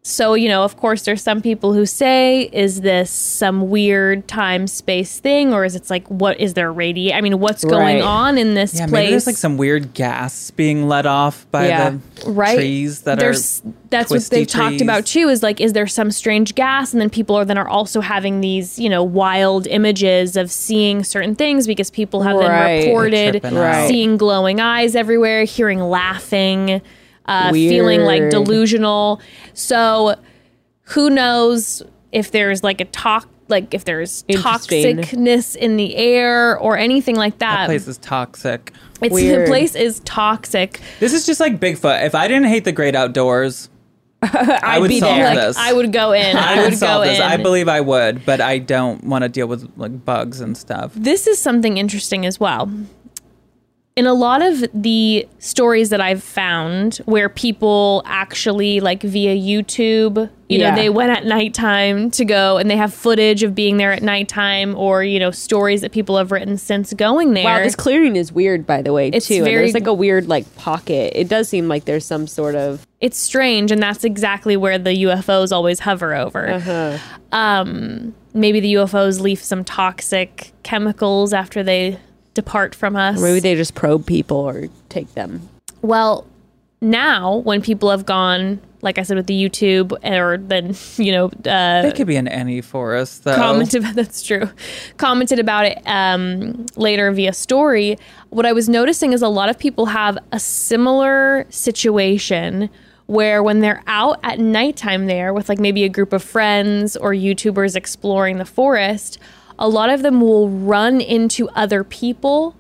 [SPEAKER 6] So, you know, of course, there's some people who say, is this some weird time space thing? Or is it's like, what is there radi? I mean, what's going
[SPEAKER 4] Right.
[SPEAKER 6] on in this
[SPEAKER 5] Yeah,
[SPEAKER 6] place?
[SPEAKER 5] maybe there's like some weird gas being let off by
[SPEAKER 4] Yeah.
[SPEAKER 5] the trees that
[SPEAKER 6] There's-
[SPEAKER 5] are.
[SPEAKER 6] that's what
[SPEAKER 5] twisty
[SPEAKER 6] they've talked
[SPEAKER 5] trees.
[SPEAKER 6] about too is like is there some strange gas and then people are then are also having these you know wild images of seeing certain things because people have
[SPEAKER 4] Right.
[SPEAKER 6] then reported
[SPEAKER 5] Tripping out.
[SPEAKER 6] seeing glowing eyes everywhere hearing laughing uh, feeling like
[SPEAKER 4] Weird.
[SPEAKER 6] delusional so who knows if there's like a talk like if there's
[SPEAKER 4] Interesting.
[SPEAKER 6] toxicness in the air or anything like that,
[SPEAKER 5] Place is toxic.
[SPEAKER 6] it's the
[SPEAKER 4] Weird.
[SPEAKER 6] place is toxic
[SPEAKER 5] This is just like Bigfoot. If I didn't hate the great outdoors, I would
[SPEAKER 4] be
[SPEAKER 5] solve
[SPEAKER 4] there.
[SPEAKER 6] Like,
[SPEAKER 5] this.
[SPEAKER 6] I would go in. I,
[SPEAKER 5] I would
[SPEAKER 6] would go
[SPEAKER 5] solve this.
[SPEAKER 6] in.
[SPEAKER 5] I believe I would, but I don't want to deal with like bugs and stuff.
[SPEAKER 6] this is something interesting as well. In a lot of the stories that I've found where people actually like via YouTube, you
[SPEAKER 4] Yeah.
[SPEAKER 6] know, they went at nighttime to go and they have footage of being there at nighttime or, you know, stories that people have written since going there.
[SPEAKER 4] Wow, this clearing is weird, by the way,
[SPEAKER 6] It's
[SPEAKER 4] too. and
[SPEAKER 6] very-
[SPEAKER 4] there's like a weird like pocket. It does seem like there's some sort of
[SPEAKER 6] it's strange and that's exactly where the UFOs always hover over. Um, maybe the UFOs leave some toxic chemicals after they depart from us.
[SPEAKER 4] maybe they just probe people or take them.
[SPEAKER 6] Well, now when people have gone, like I said, with the YouTube or then you know uh,
[SPEAKER 5] It could be in any forest, though.
[SPEAKER 6] commented that's true, commented about it um, later via story. What I was noticing is a lot of people have a similar situation where when they're out at nighttime there with like maybe a group of friends or YouTubers exploring the forest, a lot of them will run into other people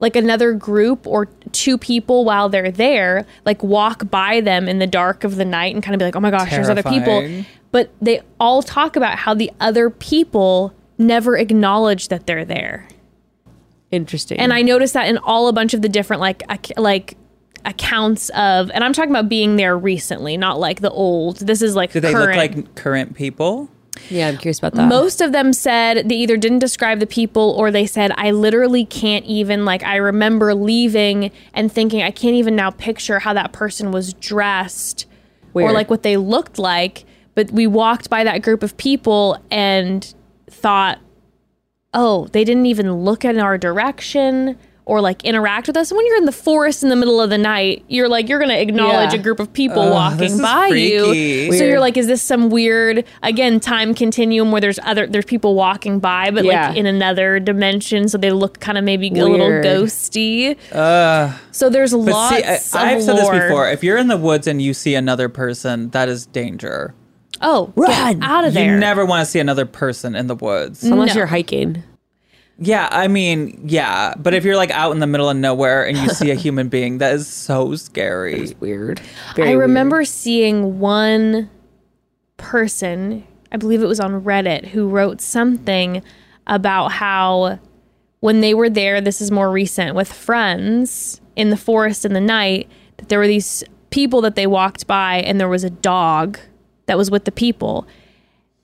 [SPEAKER 6] like another group or two people while they're there, like walk by them in the dark of the night and kind of be like, oh my gosh, there's other
[SPEAKER 5] Terrifying.
[SPEAKER 6] people. But they all talk about how the other people never acknowledge that they're there.
[SPEAKER 4] Interesting.
[SPEAKER 6] And I noticed that in all a bunch of the different like ac- like accounts of, and I'm talking about being there recently, not like the old. This is like
[SPEAKER 5] Do they
[SPEAKER 6] current.
[SPEAKER 5] look like current people?
[SPEAKER 4] yeah, I'm curious about that.
[SPEAKER 6] Most of them said they either didn't describe the people or they said, I literally can't even, like, I remember leaving and thinking, I can't even now picture how that person was dressed
[SPEAKER 4] Weird.
[SPEAKER 6] or like what they looked like. But we walked by that group of people and thought, oh, they didn't even look in our direction or like interact with us. And when you're in the forest in the middle of the night, you're like, you're going to acknowledge
[SPEAKER 4] Yeah.
[SPEAKER 6] a group of people
[SPEAKER 5] this
[SPEAKER 6] walking
[SPEAKER 5] is
[SPEAKER 6] by you.
[SPEAKER 5] freaky.
[SPEAKER 6] So
[SPEAKER 4] Weird.
[SPEAKER 6] you're like, is this some weird again time continuum where there's other there's people walking by, but
[SPEAKER 4] Yeah.
[SPEAKER 6] like in another dimension, so they look kind of maybe a little
[SPEAKER 4] Weird.
[SPEAKER 6] ghosty. so there's
[SPEAKER 5] Uh, But
[SPEAKER 6] lots
[SPEAKER 5] see, I,
[SPEAKER 6] of
[SPEAKER 5] I've said this
[SPEAKER 6] lore.
[SPEAKER 5] before. If you're in the woods and you see another person, that is danger.
[SPEAKER 6] Oh,
[SPEAKER 4] Run!
[SPEAKER 6] get out of there!
[SPEAKER 5] You never want to see another person in the woods.
[SPEAKER 4] Unless
[SPEAKER 6] No.
[SPEAKER 4] you're hiking.
[SPEAKER 5] Yeah, I mean, yeah. But if you're like out in the middle of nowhere and you see a human being, that is so scary.
[SPEAKER 4] Weird.
[SPEAKER 6] I remember seeing one person, I believe it was on Reddit, who wrote something about how when they were there, this is more recent, with friends in the forest in the night, that there were these people that they walked by and there was a dog that was with the people.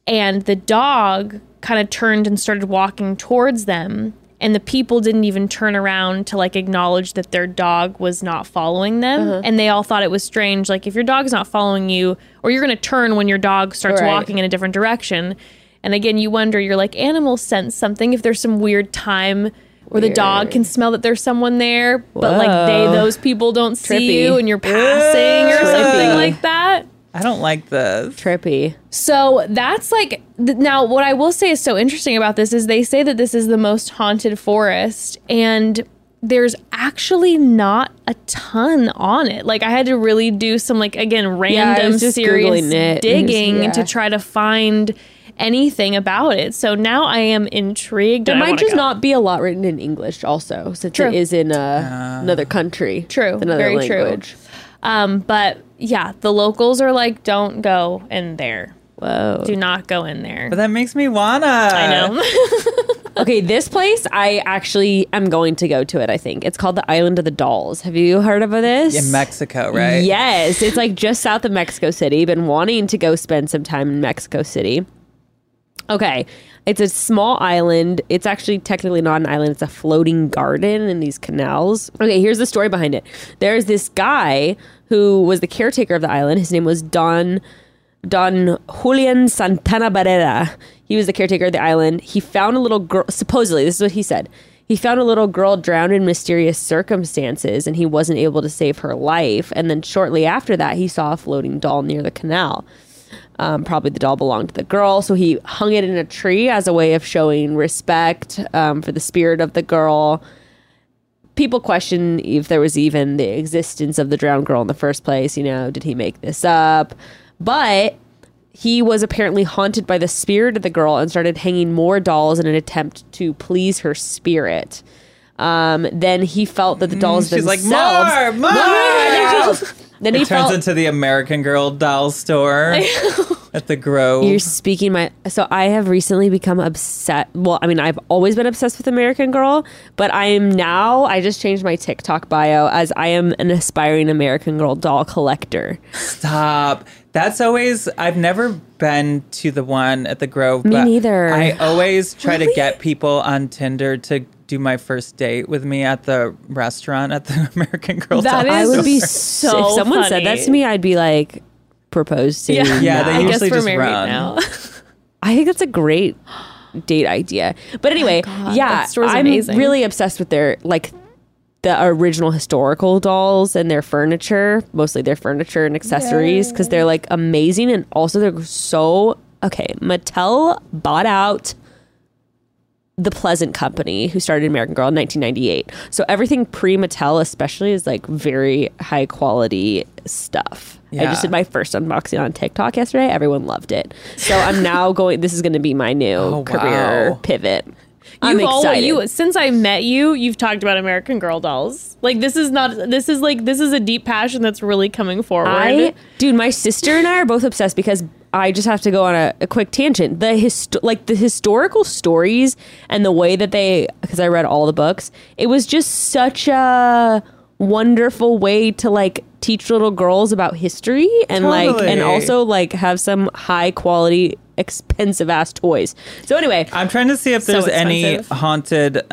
[SPEAKER 6] And the dog kind of turned and started walking towards them. And the people didn't even turn around to like acknowledge that their dog was not following them.
[SPEAKER 4] Uh-huh.
[SPEAKER 6] And they all thought it was strange. Like, if your dog's not following you, or you're going to turn when your dog starts
[SPEAKER 4] Right.
[SPEAKER 6] walking in a different direction. And again, you wonder, you're like, animals sense something. If there's some weird time where the dog can smell that there's someone there, but like they,
[SPEAKER 4] Whoa.
[SPEAKER 6] those people don't see
[SPEAKER 4] Trippy.
[SPEAKER 6] you and you're passing or something
[SPEAKER 4] Trippy.
[SPEAKER 6] like that.
[SPEAKER 5] I don't like this.
[SPEAKER 4] trippy.
[SPEAKER 6] So that's like th- now what I will say is so interesting about this is they say that this is the most haunted forest and there's actually not a ton on it. Like I had to really do some like again random
[SPEAKER 4] was just
[SPEAKER 6] serious
[SPEAKER 4] Googling it.
[SPEAKER 6] digging
[SPEAKER 4] Yeah.
[SPEAKER 6] to try to find anything about it. So now I am intrigued.
[SPEAKER 4] There
[SPEAKER 6] and I
[SPEAKER 4] might
[SPEAKER 6] wanna
[SPEAKER 4] just
[SPEAKER 6] go.
[SPEAKER 4] not be a lot written in English, also, since
[SPEAKER 6] True.
[SPEAKER 4] it is in uh, another country.
[SPEAKER 6] True.
[SPEAKER 4] Another
[SPEAKER 6] Very true.
[SPEAKER 4] language.
[SPEAKER 6] Um, but yeah, the locals are like, don't go in there.
[SPEAKER 4] Whoa.
[SPEAKER 6] Do not go in there.
[SPEAKER 5] But that makes me wanna.
[SPEAKER 6] I know.
[SPEAKER 4] Okay, this place I actually am going to go to it. I think it's called the Island of the Dolls. Have you heard of this?
[SPEAKER 5] In Mexico, right?
[SPEAKER 4] Yes, it's like just south of Mexico City. Been wanting to go spend some time in Mexico City. Okay, it's a small island. It's actually technically not an island, it's a floating garden in these canals. Okay, here's the story behind it there's this guy who was the caretaker of the island. His name was Don. Don Julian Santana Barrera. He was the caretaker of the island. He found a little girl, supposedly, this is what he said. He found a little girl drowned in mysterious circumstances and he wasn't able to save her life. And then shortly after that, he saw a floating doll near the canal. Um, probably the doll belonged to the girl. So he hung it in a tree as a way of showing respect um, for the spirit of the girl. People question if there was even the existence of the drowned girl in the first place. You know, did he make this up? But he was apparently haunted by the spirit of the girl and started hanging more dolls in an attempt to please her spirit. Um, then he felt that the dolls
[SPEAKER 5] She's like,
[SPEAKER 4] themselves
[SPEAKER 5] more, more.
[SPEAKER 4] no, no, no, no, no.
[SPEAKER 8] Then he
[SPEAKER 5] It turns
[SPEAKER 8] felt
[SPEAKER 5] into the American Girl doll store at the Grove.
[SPEAKER 4] You're speaking my so I have recently become upset. Well, I mean, I've always been obsessed with American Girl, but I am now. I just changed my TikTok bio as I am an aspiring American Girl doll collector.
[SPEAKER 5] Stop. That's always. I've never been to the one at the Grove. Me
[SPEAKER 4] neither.
[SPEAKER 5] I always try to get people on Tinder to do my first date with me at the restaurant at the American Girl.
[SPEAKER 6] That
[SPEAKER 5] doll
[SPEAKER 4] I
[SPEAKER 6] is
[SPEAKER 5] store.
[SPEAKER 4] would be
[SPEAKER 6] so
[SPEAKER 4] so. If someone said that
[SPEAKER 6] funny.
[SPEAKER 4] to me, I'd be like proposed to.
[SPEAKER 6] Yeah.
[SPEAKER 5] Yeah,
[SPEAKER 6] I
[SPEAKER 5] they
[SPEAKER 6] guess
[SPEAKER 5] usually
[SPEAKER 6] we're
[SPEAKER 5] just
[SPEAKER 6] married
[SPEAKER 5] run.
[SPEAKER 6] now.
[SPEAKER 4] I think that's a great date idea. But anyway,
[SPEAKER 6] Oh God,
[SPEAKER 4] yeah,
[SPEAKER 6] that store's
[SPEAKER 4] I'm
[SPEAKER 6] amazing.
[SPEAKER 4] really obsessed with their like the original historical dolls and their furniture, mostly their furniture and accessories because they're like amazing and also they're so okay, Mattel bought out the Pleasant Company, who started American Girl in 1998. So everything pre Mattel, especially, is like very high quality stuff. I
[SPEAKER 5] Yeah.
[SPEAKER 4] just did my first unboxing on TikTok yesterday. Everyone loved it. So I'm now going. This is going to be my new career
[SPEAKER 5] wow.
[SPEAKER 4] pivot. I'm
[SPEAKER 6] Oh, You've
[SPEAKER 4] excited.
[SPEAKER 6] always you since I met you, you've talked about American Girl dolls. Like this is not this is like this is a deep passion that's really coming forward.
[SPEAKER 4] I, dude, my sister and I are both obsessed because I just have to go on a, a quick tangent. The hist- like the historical stories and the way that they, because I read all the books, it was just such a wonderful way to like teach little girls about history and like, and
[SPEAKER 5] Totally.
[SPEAKER 4] also like have some high quality, expensive ass toys. So anyway,
[SPEAKER 5] I'm trying to see if there's any
[SPEAKER 6] expensive.
[SPEAKER 5] haunted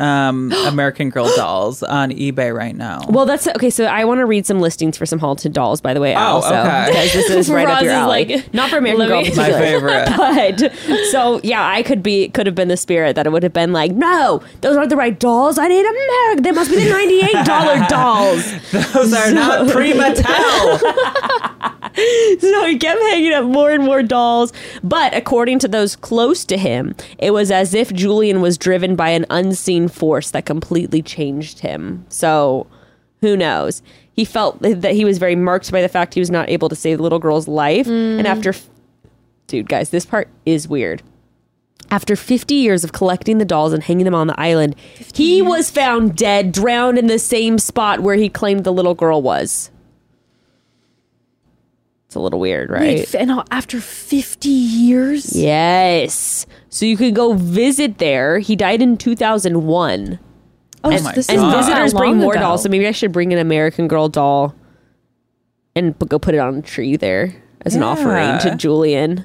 [SPEAKER 5] um, American Girl dolls on eBay right now.
[SPEAKER 4] well, that's okay. So I want to read some listings for some haunted dolls, by the way. also,
[SPEAKER 5] Oh, okay.
[SPEAKER 4] because this is right up
[SPEAKER 6] Roz
[SPEAKER 4] your
[SPEAKER 6] is
[SPEAKER 4] alley.
[SPEAKER 6] like,
[SPEAKER 4] Not for American
[SPEAKER 6] let
[SPEAKER 4] Girl,
[SPEAKER 6] me-
[SPEAKER 4] in
[SPEAKER 5] my
[SPEAKER 4] particular.
[SPEAKER 5] favorite.
[SPEAKER 4] But so yeah, I could be could have been the spirit that it would have been like, no, those aren't the right dolls. I need America. They must be the ninety eight dollar dolls.
[SPEAKER 5] Those are not pre Mattel.
[SPEAKER 4] So he kept hanging up more and more dolls. But according to those close to him, it was as if Julian was driven by an unseen force that completely changed him. So who knows? He felt that he was very marked by the fact he was not able to save the little girl's life. And after, dude, guys, this part is weird. After 50 years of collecting the dolls and hanging them on the island, he was found dead, drowned in the same spot where he claimed the little girl was. It's a little weird, right?
[SPEAKER 6] Wait, and now after 50 years?
[SPEAKER 4] Yes. So you could go visit there. He died in 2001.
[SPEAKER 6] Oh,
[SPEAKER 5] And-
[SPEAKER 6] so
[SPEAKER 5] my
[SPEAKER 6] this
[SPEAKER 5] God.
[SPEAKER 6] is
[SPEAKER 4] And
[SPEAKER 6] not
[SPEAKER 4] visitors
[SPEAKER 6] that
[SPEAKER 4] bring
[SPEAKER 6] long
[SPEAKER 4] more
[SPEAKER 6] ago.
[SPEAKER 4] dolls. So maybe I should bring an American Girl doll and p- go put it on a tree there as an offering
[SPEAKER 5] Yeah.
[SPEAKER 4] to Julian.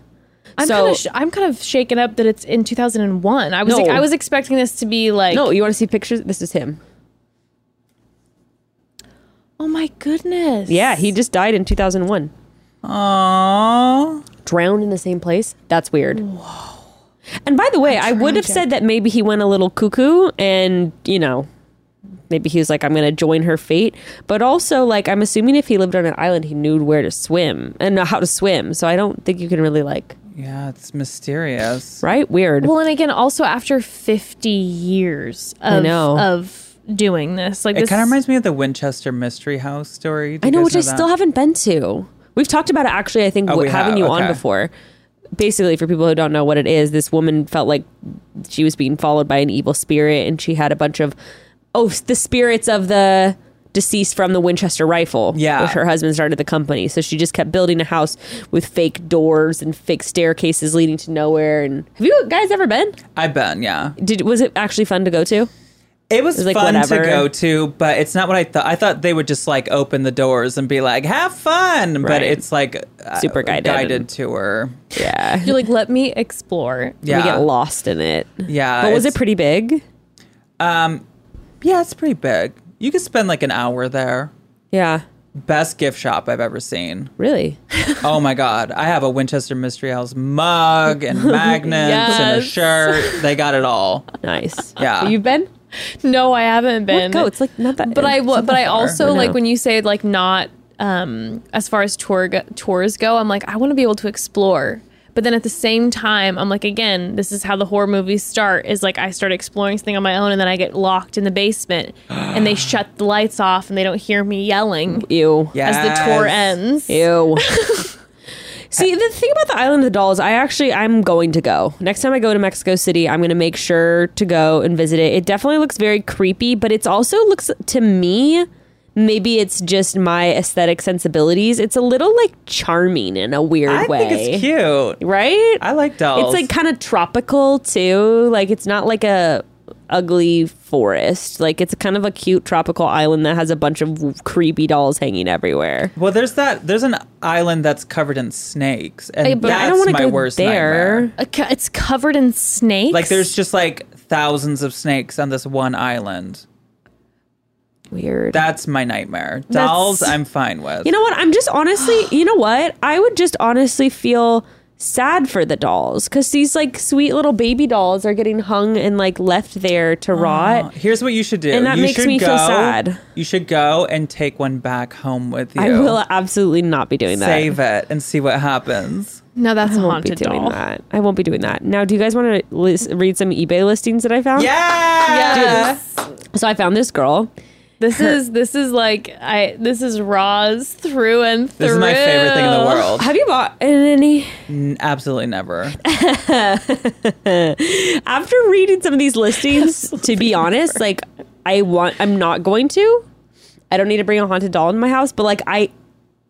[SPEAKER 6] I'm
[SPEAKER 4] so,
[SPEAKER 6] kind of sh- I'm kind of shaken up that it's in 2001. I was
[SPEAKER 4] No.
[SPEAKER 6] like I was expecting this to be like
[SPEAKER 4] no, you want to see pictures? This is him.
[SPEAKER 6] oh my goodness.
[SPEAKER 4] Yeah, he just died in 2001.
[SPEAKER 5] Aww.
[SPEAKER 4] Drowned in the same place? That's weird. And by the way, I would have said that maybe he went a little cuckoo and, you know, maybe he was like, I'm going to join her fate. But also, like, I'm assuming if he lived on an island, he knew where to swim and how to swim. So I don't think you can really, like,
[SPEAKER 5] Yeah, it's mysterious.
[SPEAKER 4] right? Weird.
[SPEAKER 6] Well, and again also after 50 years of
[SPEAKER 4] know.
[SPEAKER 6] of doing this. Like
[SPEAKER 5] It
[SPEAKER 6] this
[SPEAKER 5] kind of reminds me of the Winchester Mystery House story. Do
[SPEAKER 4] I
[SPEAKER 5] you
[SPEAKER 4] know, which
[SPEAKER 5] guys
[SPEAKER 4] I still
[SPEAKER 5] that?
[SPEAKER 4] haven't been to. We've talked about it actually. I think
[SPEAKER 5] Oh,
[SPEAKER 4] wh-
[SPEAKER 5] we
[SPEAKER 4] having
[SPEAKER 5] have,
[SPEAKER 4] you on
[SPEAKER 5] okay.
[SPEAKER 4] before. Basically, for people who don't know what it is, this woman felt like she was being followed by an evil spirit, and she had a bunch of oh, the spirits of the deceased from the Winchester rifle.
[SPEAKER 5] Yeah.
[SPEAKER 4] which her husband started the company, so she just kept building a house with fake doors and fake staircases leading to nowhere. And have you guys ever been?
[SPEAKER 5] I've been, yeah.
[SPEAKER 4] Did was it actually fun to go to?
[SPEAKER 5] It was,
[SPEAKER 4] was like,
[SPEAKER 5] fun
[SPEAKER 4] whatever.
[SPEAKER 5] to go to, but it's not what I thought. I thought they would just like open the doors and be like, "Have fun," but
[SPEAKER 4] Right.
[SPEAKER 5] it's like uh,
[SPEAKER 4] Super guided and-
[SPEAKER 5] guided tour.
[SPEAKER 4] Yeah,
[SPEAKER 6] you're like let me explore.
[SPEAKER 5] Yeah,
[SPEAKER 4] we get lost in it.
[SPEAKER 5] Yeah,
[SPEAKER 4] but was it
[SPEAKER 5] it's-
[SPEAKER 4] pretty big?
[SPEAKER 5] Yeah, it's pretty big. You could spend like an hour there.
[SPEAKER 4] Yeah,
[SPEAKER 5] Best gift shop I've ever seen.
[SPEAKER 4] really.
[SPEAKER 5] oh my god, I have a Winchester Mystery House mug and magnets and
[SPEAKER 6] Yes.
[SPEAKER 5] a shirt. They got it all.
[SPEAKER 4] Nice.
[SPEAKER 5] Yeah.
[SPEAKER 4] You've been?
[SPEAKER 6] No, I haven't been.
[SPEAKER 4] Go. It's like not that.
[SPEAKER 6] but I wa- but I
[SPEAKER 5] far.
[SPEAKER 6] also
[SPEAKER 4] No.
[SPEAKER 6] like when you say like not um as far as tour go- tours go, I'm like I want to be able to explore. But then at the same time, I'm like again, this is how the horror movies start is like I start exploring something on my own and then I get locked in the basement and they shut the lights off and they don't hear me yelling
[SPEAKER 4] Ew.
[SPEAKER 5] Yeah.
[SPEAKER 6] as the tour
[SPEAKER 5] Yes.
[SPEAKER 6] ends.
[SPEAKER 4] Ew. See, the thing about the Island of the Dolls, I actually I'm going to go. Next time I go to Mexico City, I'm going to make sure to go and visit it. It definitely looks very creepy, but it's also looks to me maybe it's just my aesthetic sensibilities. It's a little like charming in a weird
[SPEAKER 5] I
[SPEAKER 4] way.
[SPEAKER 5] think it's cute.
[SPEAKER 4] Right?
[SPEAKER 5] I like dolls.
[SPEAKER 4] It's like kind of tropical too. Like it's not like a ugly forest. Like it's kind of a cute tropical island that has a bunch of creepy dolls hanging everywhere.
[SPEAKER 5] Well, there's that. There's an island that's covered in snakes, and
[SPEAKER 1] Hey, but
[SPEAKER 5] that's
[SPEAKER 1] I
[SPEAKER 4] I don't want
[SPEAKER 5] my
[SPEAKER 4] to go
[SPEAKER 5] worst
[SPEAKER 4] there.
[SPEAKER 5] nightmare.
[SPEAKER 1] A co- It's covered in snakes.
[SPEAKER 5] Like, there's just like thousands of snakes on this one island.
[SPEAKER 1] weird.
[SPEAKER 5] That's my nightmare. Dolls, I'm fine with.
[SPEAKER 4] You know what? I'm just honestly, you know what? I would just honestly feel sad for the dolls because these like sweet little baby dolls are getting hung and like left there to rot.
[SPEAKER 5] Here's what you should do.
[SPEAKER 4] And that
[SPEAKER 5] you
[SPEAKER 4] makes
[SPEAKER 5] should
[SPEAKER 4] me feel
[SPEAKER 5] go-
[SPEAKER 4] sad.
[SPEAKER 5] You should go and take one back home with you.
[SPEAKER 4] I will absolutely not be doing that.
[SPEAKER 5] save it and see what happens.
[SPEAKER 1] no, that's a
[SPEAKER 4] I won't be
[SPEAKER 1] haunted
[SPEAKER 4] doing
[SPEAKER 1] doll.
[SPEAKER 4] that. I won't be doing that. Now, do you guys want to list, read some eBay listings that I found?
[SPEAKER 5] Yeah.
[SPEAKER 4] So I found this girl.
[SPEAKER 6] This is this is like I this is Roz through and through.
[SPEAKER 5] This is my favorite thing in the world.
[SPEAKER 4] Have you bought any?
[SPEAKER 5] N- Absolutely never.
[SPEAKER 4] After reading some of these listings, to be honest, like I want, I'm not going to. I don't need to bring a haunted doll in my house, but like I,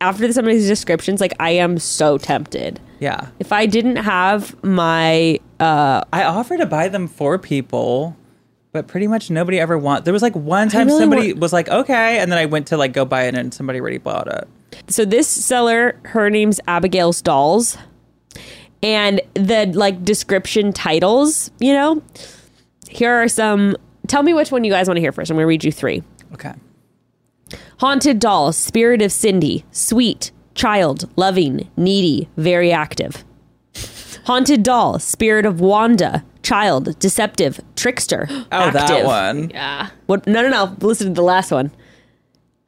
[SPEAKER 4] after some of these descriptions, like I am so tempted.
[SPEAKER 5] Yeah.
[SPEAKER 4] If I didn't have my, uh,
[SPEAKER 5] I offered to buy them for people, but pretty much nobody ever want. There was like one time
[SPEAKER 4] really
[SPEAKER 5] somebody was like, "Okay," and then I went to like go buy it, and somebody already bought it.
[SPEAKER 4] so this seller, her name's Abigail's Dolls, and the like description titles, you know, here are some. Tell me which one you guys want to hear first. I'm going to read you three.
[SPEAKER 5] Okay.
[SPEAKER 4] Haunted doll, spirit of Cindy, sweet, child, loving, needy, very active. Haunted doll, spirit of Wanda, child, deceptive, trickster.
[SPEAKER 5] Oh, that one.
[SPEAKER 6] Yeah.
[SPEAKER 4] What, no, no, no. Listen to the last one.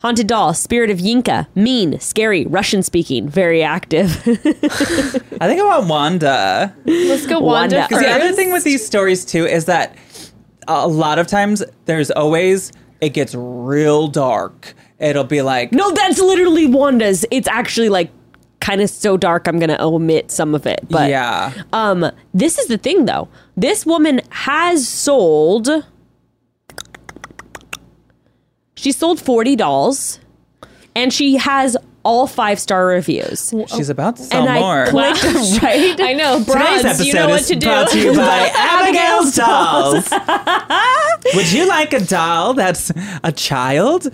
[SPEAKER 4] Haunted doll, spirit of Yinka, mean, scary, Russian speaking, very active.
[SPEAKER 5] I think I want Wanda.
[SPEAKER 6] Let's go Wanda,
[SPEAKER 4] Wanda.
[SPEAKER 5] Because the
[SPEAKER 6] first.
[SPEAKER 5] other thing with these stories too is that a lot of times there's always it gets real dark. It'll be like
[SPEAKER 4] no, that's literally Wanda's. It's actually like kind of so dark. I'm gonna omit some of it, but
[SPEAKER 5] yeah,
[SPEAKER 4] Um, this is the thing though. This woman has sold. She sold 40 dolls and she has all five star reviews.
[SPEAKER 5] she's about to sell
[SPEAKER 4] Oh, and
[SPEAKER 5] more.
[SPEAKER 4] I clicked right.
[SPEAKER 6] I know, Roz, you know what to do.
[SPEAKER 5] brought to you by Abigail's Dolls. Would you like a doll that's a child?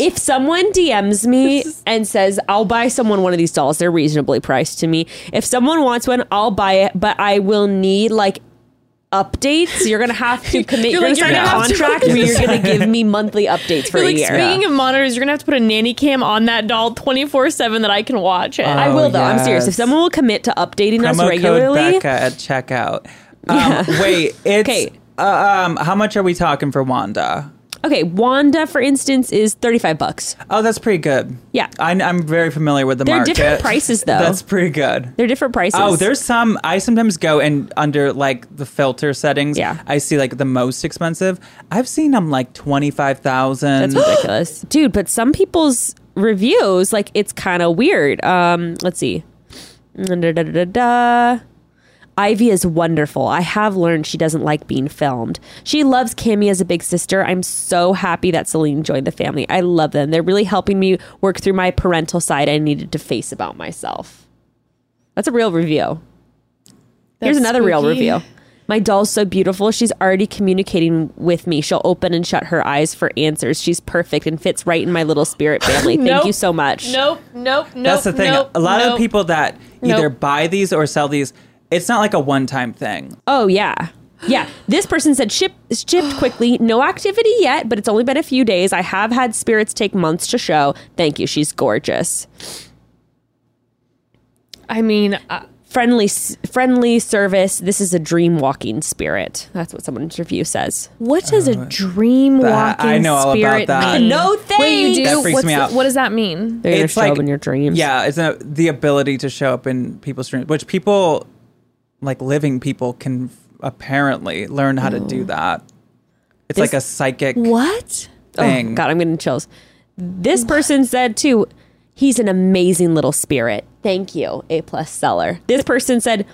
[SPEAKER 4] If someone DMs me and says, I'll buy someone one of these dolls, they're reasonably priced to me. If someone wants one, I'll buy it, but I will need like updates. You're gonna have to commit. You're,
[SPEAKER 6] You're like,
[SPEAKER 4] gonna sign
[SPEAKER 6] you're gonna
[SPEAKER 4] a
[SPEAKER 6] have to-
[SPEAKER 4] contract where you're gonna give me monthly updates for
[SPEAKER 6] You're
[SPEAKER 4] a
[SPEAKER 6] like,
[SPEAKER 4] year.
[SPEAKER 6] speaking of monitors, you're gonna have to put a nanny cam on that doll 24 seven that I can watch it.
[SPEAKER 4] I
[SPEAKER 5] Oh,
[SPEAKER 4] will though. I'm serious. If
[SPEAKER 5] yes.
[SPEAKER 4] someone will commit to updating us
[SPEAKER 5] Promo code
[SPEAKER 4] regularly,
[SPEAKER 5] Becca at checkout. Um, Wait, it's
[SPEAKER 4] Okay.
[SPEAKER 5] uh, um, how much are we talking for Wanda?
[SPEAKER 4] okay. Wanda, for instance, is 35 bucks.
[SPEAKER 5] Oh, that's pretty good.
[SPEAKER 4] Yeah.
[SPEAKER 5] I, am very familiar with the
[SPEAKER 4] They're
[SPEAKER 5] market.
[SPEAKER 4] different prices, though.
[SPEAKER 5] That's pretty good.
[SPEAKER 4] They're different prices.
[SPEAKER 5] Oh, there's some. I sometimes go and under like the filter settings.
[SPEAKER 4] Yeah.
[SPEAKER 5] I see like the most expensive. I've seen them like twenty five
[SPEAKER 4] that's
[SPEAKER 5] thousand.
[SPEAKER 4] ridiculous, dude. But some people's reviews, like, it's kind of weird. Um, let's see. Da-da-da-da-da. Ivy is wonderful. I have learned she doesn't like being filmed. She loves Cammy as a big sister. I'm so happy that Celine joined the family. I love them. They're really helping me work through my parental side I needed to face about myself. That's a real review. Here's
[SPEAKER 6] That's
[SPEAKER 4] another real
[SPEAKER 6] spooky.
[SPEAKER 4] review. My doll's so beautiful. She's already communicating with me. She'll open and shut her eyes for answers. She's perfect and fits right in my little spirit family. Thank
[SPEAKER 6] Nope.
[SPEAKER 4] you so much.
[SPEAKER 6] nope, nope, nope.
[SPEAKER 5] That's the thing.
[SPEAKER 6] Nope,
[SPEAKER 5] a lot
[SPEAKER 6] nope.
[SPEAKER 5] of people that either
[SPEAKER 6] Nope.
[SPEAKER 5] buy these or sell these. It's not like a one time thing.
[SPEAKER 4] Oh yeah. Yeah, this person said ship shipped quickly. No activity yet, but it's only been a few days. I have had spirits take months to show. Thank you. She's gorgeous.
[SPEAKER 6] I mean, uh,
[SPEAKER 4] Friendly s- friendly service. This is a dream walking spirit. That's what someone's review says.
[SPEAKER 1] What does a dream
[SPEAKER 5] Uh, that-
[SPEAKER 1] walking
[SPEAKER 5] I know all about
[SPEAKER 1] spirit
[SPEAKER 5] that.
[SPEAKER 1] mean?
[SPEAKER 4] No thanks.
[SPEAKER 6] wait, you do?
[SPEAKER 5] That freaks
[SPEAKER 6] What's
[SPEAKER 5] me
[SPEAKER 6] the-
[SPEAKER 5] out.
[SPEAKER 6] What does that mean?
[SPEAKER 4] They're gonna
[SPEAKER 5] It's
[SPEAKER 4] show
[SPEAKER 5] like-
[SPEAKER 4] up in your dreams.
[SPEAKER 5] Yeah, it's a, the ability to show up in people's dreams, which people, like living people, can apparently learn how to do that. It's
[SPEAKER 4] This-
[SPEAKER 5] like a psychic
[SPEAKER 1] What?
[SPEAKER 5] thing.
[SPEAKER 4] Oh, God, I'm getting chills. This person said too, he's an amazing little spirit. Thank you, A plus seller. This person said,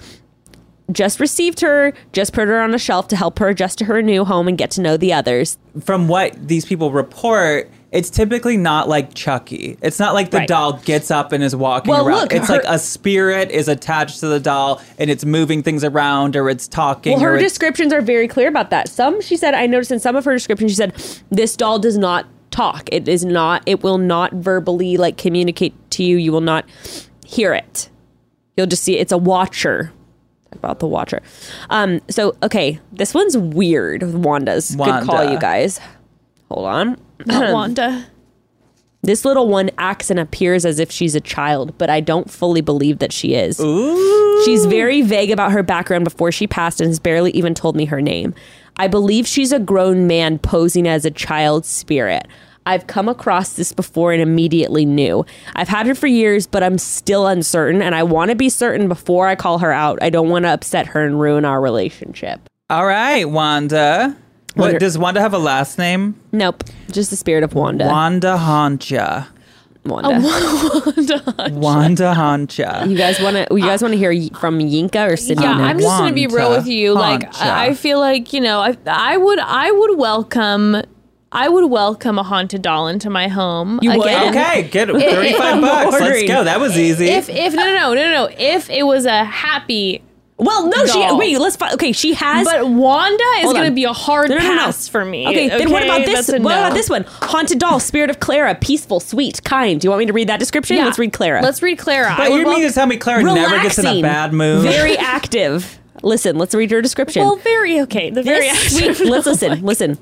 [SPEAKER 4] just received her, just put her on a shelf to help her adjust to her new home and get to know the others.
[SPEAKER 5] From what these people report, it's typically not like Chucky. It's not like the
[SPEAKER 6] Right.
[SPEAKER 5] doll gets up and is walking
[SPEAKER 4] Well,
[SPEAKER 5] around.
[SPEAKER 4] look,
[SPEAKER 5] it's
[SPEAKER 4] her-
[SPEAKER 5] like a spirit is attached to the doll and it's moving things around or it's talking
[SPEAKER 4] Well,
[SPEAKER 5] or
[SPEAKER 4] her
[SPEAKER 5] it's
[SPEAKER 4] descriptions are very clear about that. Some, she said, I noticed in some of her descriptions, she said, this doll does not talk. It is not, it will not verbally like communicate to you. You will not hear it. You'll just see it's a watcher. Talk about the watcher. Um, so, okay, this one's weird. Wanda's. Good call,
[SPEAKER 5] Wanda.
[SPEAKER 4] you guys. Hold on.
[SPEAKER 6] Not Wanda.
[SPEAKER 4] This little one acts and appears as if she's a child, but I don't fully believe that she is. She's very vague about her background before she passed and has barely even told me her name. I believe she's a grown man posing as a child spirit. I've come across this before and immediately knew. I've had her for years, but I'm still uncertain, and I want to be certain before I call her out. I don't want to upset her and ruin our relationship.
[SPEAKER 5] All right, Wanda. What
[SPEAKER 4] Wonder-
[SPEAKER 5] does Wanda have a last name?
[SPEAKER 4] Nope, just the spirit of Wanda.
[SPEAKER 5] Wanda Honcha.
[SPEAKER 4] Wanda.
[SPEAKER 5] Wanda Honcha.
[SPEAKER 4] you guys want to? You guys want to hear y- from Yinka or Sydney?
[SPEAKER 6] Yeah,
[SPEAKER 4] next?
[SPEAKER 6] I'm just gonna be real
[SPEAKER 5] Honcha,
[SPEAKER 6] with you. Like,
[SPEAKER 5] honcha.
[SPEAKER 6] I I feel like you know, I I would I would welcome I would welcome a haunted doll into my home.
[SPEAKER 4] You would?
[SPEAKER 6] again.
[SPEAKER 5] Okay, get 35
[SPEAKER 6] I'm
[SPEAKER 5] bucks. Let's
[SPEAKER 4] ordering.
[SPEAKER 5] go. That was easy.
[SPEAKER 6] If if no no no no no if it was a happy.
[SPEAKER 4] Well, no, she
[SPEAKER 6] doll.
[SPEAKER 4] wait. Let's fi- okay. She has.
[SPEAKER 6] But Wanda is
[SPEAKER 4] Hold
[SPEAKER 6] going to
[SPEAKER 4] on.
[SPEAKER 6] be a hard pass for me.
[SPEAKER 4] Okay, then what about this?
[SPEAKER 6] That's a
[SPEAKER 4] What
[SPEAKER 6] no.
[SPEAKER 4] about this one? Haunted doll, spirit of Clara, peaceful, sweet, kind. Do you want me to read that description?
[SPEAKER 6] Yeah.
[SPEAKER 4] Let's read Clara.
[SPEAKER 6] Let's read Clara. I
[SPEAKER 5] but
[SPEAKER 6] would
[SPEAKER 5] you mean to tell me Clara never gets in a
[SPEAKER 4] Relaxing,
[SPEAKER 5] bad mood?
[SPEAKER 4] Very active. Listen, let's read your description.
[SPEAKER 6] Well, very okay. The very
[SPEAKER 4] this sweet. Let's listen. Listen.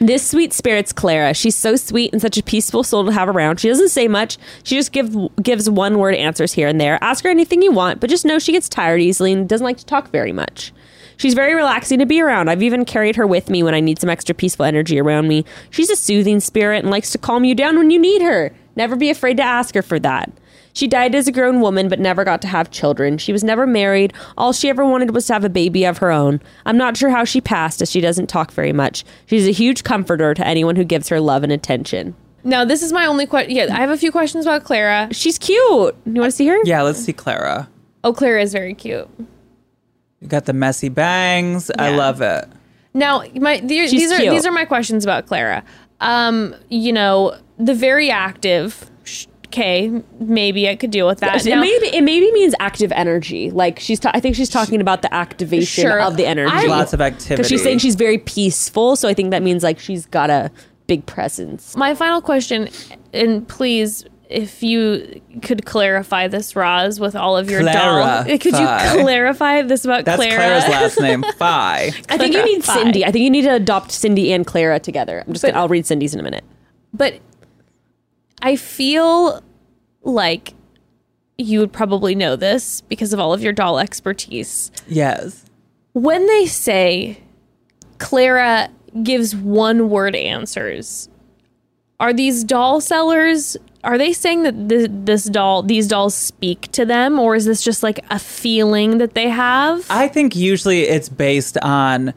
[SPEAKER 4] This sweet spirit's Clara. She's so sweet and such a peaceful soul to have around. She doesn't say much. She just give, gives one word answers here and there. Ask her anything you want, but just know she gets tired easily and doesn't like to talk very much. She's very relaxing to be around. I've even carried her with me when I need some extra peaceful energy around me. She's a soothing spirit and likes to calm you down when you need her. Never be afraid to ask her for that. She died as a grown woman but never got to have children. She was never married. All she ever wanted was to have a baby of her own. I'm not sure how she passed as she doesn't talk very much. She's a huge comforter to anyone who gives her love and attention.
[SPEAKER 6] Now, this is my only question. Yeah, I have a few questions about Clara.
[SPEAKER 4] She's cute. You want to see her?
[SPEAKER 5] yeah, let's see Clara.
[SPEAKER 6] Oh, Clara is very cute.
[SPEAKER 5] You got the messy bangs. I love it.
[SPEAKER 6] Now, my the, these are
[SPEAKER 4] cute.
[SPEAKER 6] these are my questions about Clara. Um, you know, the very active. sh- Okay, maybe I could deal with that.
[SPEAKER 4] It
[SPEAKER 6] Now-
[SPEAKER 4] maybe it maybe means active energy. Like she's, ta- I think she's talking about the activation
[SPEAKER 6] Sure.
[SPEAKER 4] of the energy.
[SPEAKER 6] I-
[SPEAKER 5] Lots of activity.
[SPEAKER 4] because she's saying she's very peaceful. So I think that means like she's got a big presence.
[SPEAKER 6] my final question, and please, if you could clarify this, Roz, with all of your doll,
[SPEAKER 5] Clarify.
[SPEAKER 6] could you clarify this about
[SPEAKER 5] That's
[SPEAKER 6] Clara?
[SPEAKER 5] Clara's last name. Phi.
[SPEAKER 4] I think you need
[SPEAKER 6] Clarify.
[SPEAKER 4] Cindy. I think you need to adopt Cindy and Clara together. I'm just gonna. I'll read Cindy's in a minute.
[SPEAKER 6] but I feel like you would probably know this because of all of your doll expertise.
[SPEAKER 5] Yes.
[SPEAKER 6] When they say Clara gives one word answers, are these doll sellers? Are they saying that th- this doll, these dolls speak to them, or is this just like a feeling that they have?
[SPEAKER 5] I think usually it's based on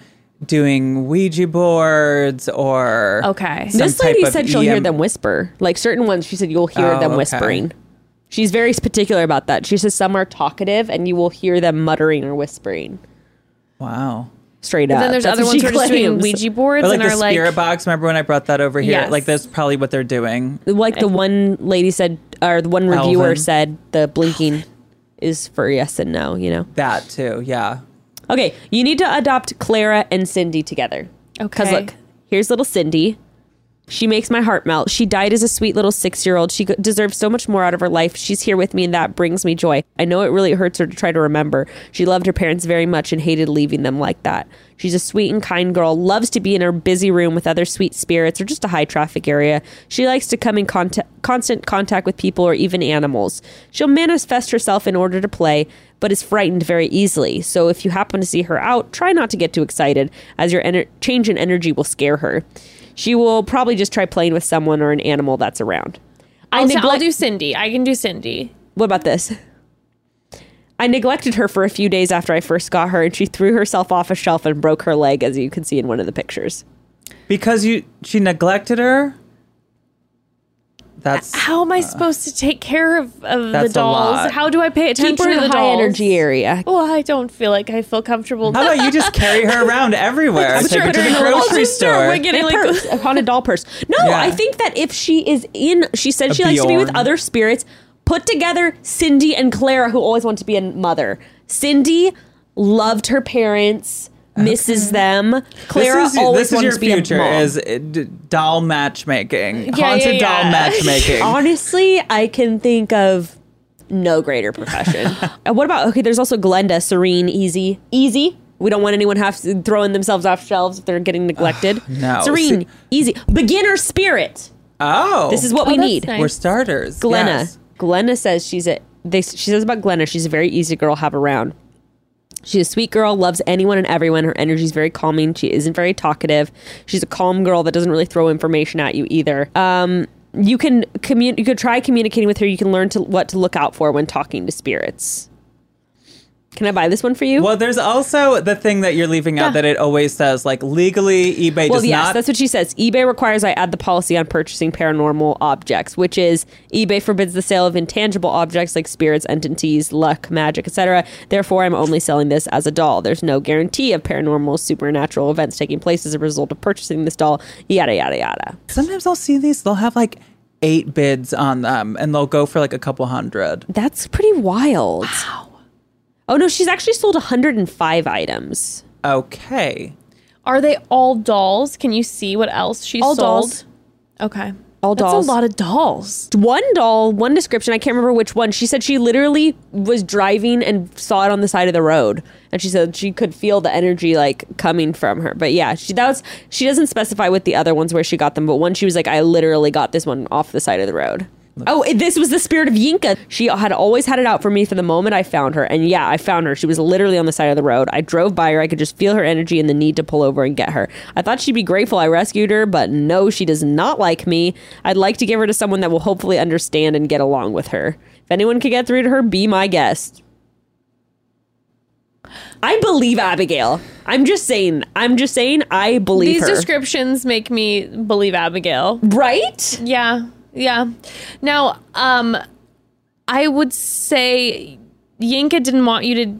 [SPEAKER 5] doing Ouija boards or
[SPEAKER 6] okay.
[SPEAKER 5] some
[SPEAKER 4] This lady
[SPEAKER 5] type of
[SPEAKER 4] said she'll hear
[SPEAKER 5] EM
[SPEAKER 4] them whisper. Like certain ones, she said you'll hear
[SPEAKER 5] Oh,
[SPEAKER 4] them
[SPEAKER 5] okay.
[SPEAKER 4] whispering. She's very particular about that. She says some are talkative and you will hear them muttering or whispering
[SPEAKER 5] Wow.
[SPEAKER 4] straight up.
[SPEAKER 6] then there's
[SPEAKER 4] That's
[SPEAKER 6] other
[SPEAKER 4] what
[SPEAKER 6] ones
[SPEAKER 4] she
[SPEAKER 6] who are just doing
[SPEAKER 4] claims.
[SPEAKER 6] Ouija boards
[SPEAKER 5] Or like
[SPEAKER 6] and
[SPEAKER 5] the
[SPEAKER 6] are like,
[SPEAKER 5] spirit box. Remember when I brought that over here?
[SPEAKER 6] Yes.
[SPEAKER 5] Like that's probably what they're doing.
[SPEAKER 4] Like the one lady said, or the one reviewer
[SPEAKER 5] Alvin.
[SPEAKER 4] said, the blinking is for yes and no, you know?
[SPEAKER 5] That too. Yeah.
[SPEAKER 4] Okay, you need to adopt Clara and Cindy together. Because
[SPEAKER 6] Okay.
[SPEAKER 4] look, here's little Cindy. She makes my heart melt. She died as a sweet little six year old. She g- deserves so much more out of her life. She's here with me, and that brings me joy. I know it really hurts her to try to remember. She loved her parents very much and hated leaving them like that. She's a sweet and kind girl, loves to be in her busy room with other sweet spirits or just a high traffic area. She likes to come in contact, constant contact with people or even animals. She'll manifest herself in order to play, but is frightened very easily. So if you happen to see her out, try not to get too excited, as your ener- change in energy will scare her. She will probably just try playing with someone or an animal that's around. I
[SPEAKER 6] I'll, t- I'll
[SPEAKER 4] neglect-
[SPEAKER 6] do Cindy. I can do Cindy.
[SPEAKER 4] What about this? I neglected her for a few days after I first got her, and she threw herself off a shelf and broke her leg, as you can see in one of the pictures.
[SPEAKER 5] Because you she neglected her? That's
[SPEAKER 6] How am I supposed to take care of, of the
[SPEAKER 5] Uh. That's a
[SPEAKER 6] dolls?
[SPEAKER 5] lot.
[SPEAKER 6] How do I pay attention
[SPEAKER 4] Keep her in
[SPEAKER 6] to
[SPEAKER 4] a
[SPEAKER 6] the
[SPEAKER 4] high
[SPEAKER 6] dolls?
[SPEAKER 4] energy area.
[SPEAKER 6] Well, I don't feel like I feel comfortable.
[SPEAKER 5] How about you just carry her around everywhere? Take her to the grocery store.
[SPEAKER 6] We're getting
[SPEAKER 4] In a
[SPEAKER 6] like
[SPEAKER 4] purse, on a doll purse. No,
[SPEAKER 5] Yeah.
[SPEAKER 4] I think that if she is in, she said
[SPEAKER 5] A
[SPEAKER 4] she likes to be with
[SPEAKER 5] Bjorn.
[SPEAKER 4] other spirits. Put together Cindy and Clara, who always want to be a mother. Cindy loved her parents, misses them. Clara
[SPEAKER 5] this is,
[SPEAKER 4] always
[SPEAKER 5] this is
[SPEAKER 4] wanted
[SPEAKER 5] your
[SPEAKER 4] to be
[SPEAKER 5] future
[SPEAKER 4] a mom.
[SPEAKER 5] is uh, d- doll matchmaking,
[SPEAKER 6] yeah,
[SPEAKER 5] haunted doll
[SPEAKER 6] yeah.
[SPEAKER 5] matchmaking.
[SPEAKER 4] Honestly, I can think of no greater profession. Uh, what about okay? There's also Glenda, Serene, Easy, Easy. We don't want anyone have throwing themselves off shelves if they're getting neglected.
[SPEAKER 5] no.
[SPEAKER 4] Serene,
[SPEAKER 5] See-
[SPEAKER 4] Easy, beginner spirit.
[SPEAKER 5] oh,
[SPEAKER 4] This is what
[SPEAKER 6] Oh,
[SPEAKER 4] we
[SPEAKER 6] that's
[SPEAKER 4] need.
[SPEAKER 6] nice.
[SPEAKER 5] we're starters.
[SPEAKER 4] Glenna.
[SPEAKER 5] yes.
[SPEAKER 4] Glenna says she's a. They, she says about Glenna, she's a very easy girl to have around. She's a sweet girl, loves anyone and everyone. Her energy's very calming. She isn't very talkative. She's a calm girl that doesn't really throw information at you either. Um, you can commun- You could try communicating with her. You can learn to what to look out for when talking to spirits. Can I buy this one for you?
[SPEAKER 5] Well, there's also the thing that you're leaving out that it always says, like legally, eBay
[SPEAKER 4] Well,
[SPEAKER 5] does
[SPEAKER 4] yes,
[SPEAKER 5] not.
[SPEAKER 4] that's what she says. eBay requires I add the policy on purchasing paranormal objects, which is eBay forbids the sale of intangible objects like spirits, entities, luck, magic, etc. Therefore, I'm only selling this as a doll. There's no guarantee of paranormal, supernatural events taking place as a result of purchasing this doll. Yada yada yada.
[SPEAKER 5] Sometimes I'll see these; they'll have like eight bids on them, and they'll go for like a couple hundred.
[SPEAKER 4] That's pretty wild. Wow. Oh no, she's actually sold 105 items.
[SPEAKER 5] Okay,
[SPEAKER 6] Are they all dolls? Can you see what else she
[SPEAKER 4] All
[SPEAKER 6] sold?
[SPEAKER 4] dolls.
[SPEAKER 6] Okay.
[SPEAKER 4] All
[SPEAKER 6] That's
[SPEAKER 4] dolls.
[SPEAKER 6] a lot of dolls.
[SPEAKER 4] one doll, one description. I can't remember which one. She said she literally was driving and saw it on the side of the road, and she said she could feel the energy like coming from her. But yeah, she that was she doesn't specify with the other ones where she got them, but one she was like, I literally got this one off the side of the road. Oh, it- this was the spirit of Yinka. She had always had it out for me for the moment I found her. And yeah, I found her. She was literally on the side of the road. I drove by her. I could just feel her energy and the need to pull over and get her. I thought she'd be grateful I rescued her, but no, she does not like me. I'd like to give her to someone that will hopefully understand and get along with her. If anyone could get through to her, be my guest. I believe Abigail. I'm just saying. I'm just saying. I believe
[SPEAKER 6] These
[SPEAKER 4] her.
[SPEAKER 6] descriptions make me believe Abigail.
[SPEAKER 4] right?
[SPEAKER 6] Yeah. Yeah. Now, um I would say Yinka didn't want you to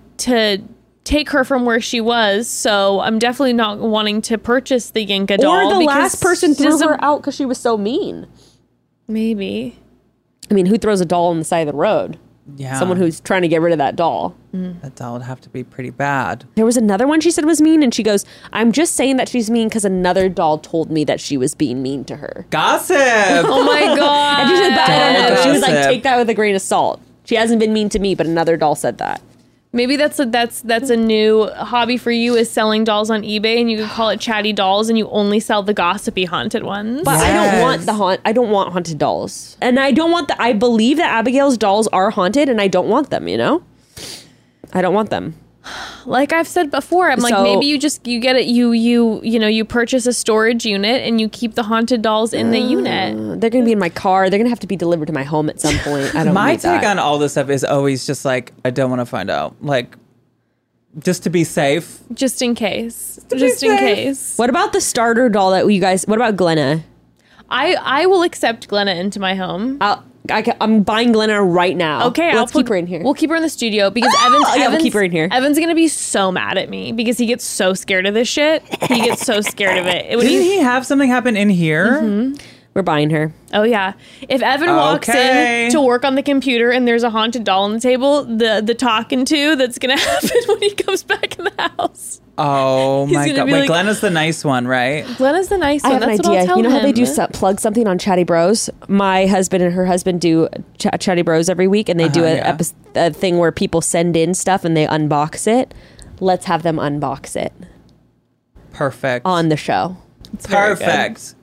[SPEAKER 6] to take her from where she was, so I'm definitely not wanting to purchase the Yinka doll.
[SPEAKER 4] Or the
[SPEAKER 6] because
[SPEAKER 4] last person threw
[SPEAKER 6] doesn't-
[SPEAKER 4] her out because she was so mean.
[SPEAKER 6] Maybe.
[SPEAKER 4] I mean, who throws a doll on the side of the road?
[SPEAKER 5] yeah,
[SPEAKER 4] Someone who's trying to get rid of that doll.
[SPEAKER 5] that doll would have to be pretty bad.
[SPEAKER 4] There was another one she said was mean, and she goes, I'm just saying that she's mean because another doll told me that she was being mean to her.
[SPEAKER 5] Gossip.
[SPEAKER 6] Oh my god.
[SPEAKER 4] And she said, "But I don't know.
[SPEAKER 5] Doll
[SPEAKER 4] She was like,
[SPEAKER 5] gossip.
[SPEAKER 4] take that with a grain of salt. She hasn't been mean to me, but another doll said that.
[SPEAKER 6] Maybe that's a, that's that's a new hobby for you is selling dolls on eBay, and you could call it chatty dolls, and you only sell the gossipy haunted ones.
[SPEAKER 4] But I don't
[SPEAKER 5] Yes.
[SPEAKER 4] want the haunt I don't want haunted dolls. And I don't want the I believe that Abigail's dolls are haunted and I don't want them, you know? I don't want them.
[SPEAKER 6] like I've said before, I'm like
[SPEAKER 4] So-
[SPEAKER 6] maybe you just you get it you you you know you purchase a storage unit and you keep the haunted dolls in the unit.
[SPEAKER 4] They're gonna be in my car. They're gonna have to be delivered to my home at some point. I don't
[SPEAKER 5] My
[SPEAKER 4] need
[SPEAKER 5] take
[SPEAKER 4] that.
[SPEAKER 5] on all this stuff is always just like I don't want to find out, like just to be safe.
[SPEAKER 6] Just in case. Just in
[SPEAKER 5] safe.
[SPEAKER 6] case.
[SPEAKER 4] What about the starter doll that you guys? What about Glenna?
[SPEAKER 6] I I will accept Glenna into my home.
[SPEAKER 4] I'll, I ca- I'm buying Glenna right now.
[SPEAKER 6] Okay,
[SPEAKER 4] let's
[SPEAKER 6] I'll
[SPEAKER 4] keep
[SPEAKER 6] put-
[SPEAKER 4] her in here.
[SPEAKER 6] We'll keep her in the studio because
[SPEAKER 4] Ah!
[SPEAKER 6] Evan's,
[SPEAKER 4] Yeah, we'll
[SPEAKER 6] Evan's
[SPEAKER 4] keep her in here.
[SPEAKER 6] Evan's gonna be so mad at me because he gets so scared of this shit. He gets so scared of it. It would
[SPEAKER 5] Didn't he have something happen in here?
[SPEAKER 4] Mm-hmm. We're buying her.
[SPEAKER 6] Oh yeah. If Evan walks
[SPEAKER 5] Okay.
[SPEAKER 6] in to work on the computer and there's a haunted doll on the table, the the talking to that's gonna happen when he comes back in the house.
[SPEAKER 5] Oh my
[SPEAKER 6] gonna
[SPEAKER 5] god!
[SPEAKER 6] be
[SPEAKER 5] Wait,
[SPEAKER 6] like-
[SPEAKER 5] Glenna's the nice one, right?
[SPEAKER 6] Glenna's the nice
[SPEAKER 4] I
[SPEAKER 6] one.
[SPEAKER 4] have an
[SPEAKER 6] that's what
[SPEAKER 4] idea.
[SPEAKER 6] I'll tell
[SPEAKER 4] You know how they
[SPEAKER 6] him.
[SPEAKER 4] do so- plug something on Chatty Bros? My husband and her husband do Ch- Chatty Bros every week, and they do
[SPEAKER 5] Uh-huh,
[SPEAKER 4] a,
[SPEAKER 5] yeah.
[SPEAKER 4] epi- a thing where people send in stuff and they unbox it. Let's have them unbox it
[SPEAKER 5] Perfect.
[SPEAKER 4] on the show.
[SPEAKER 6] very good.
[SPEAKER 5] Perfect.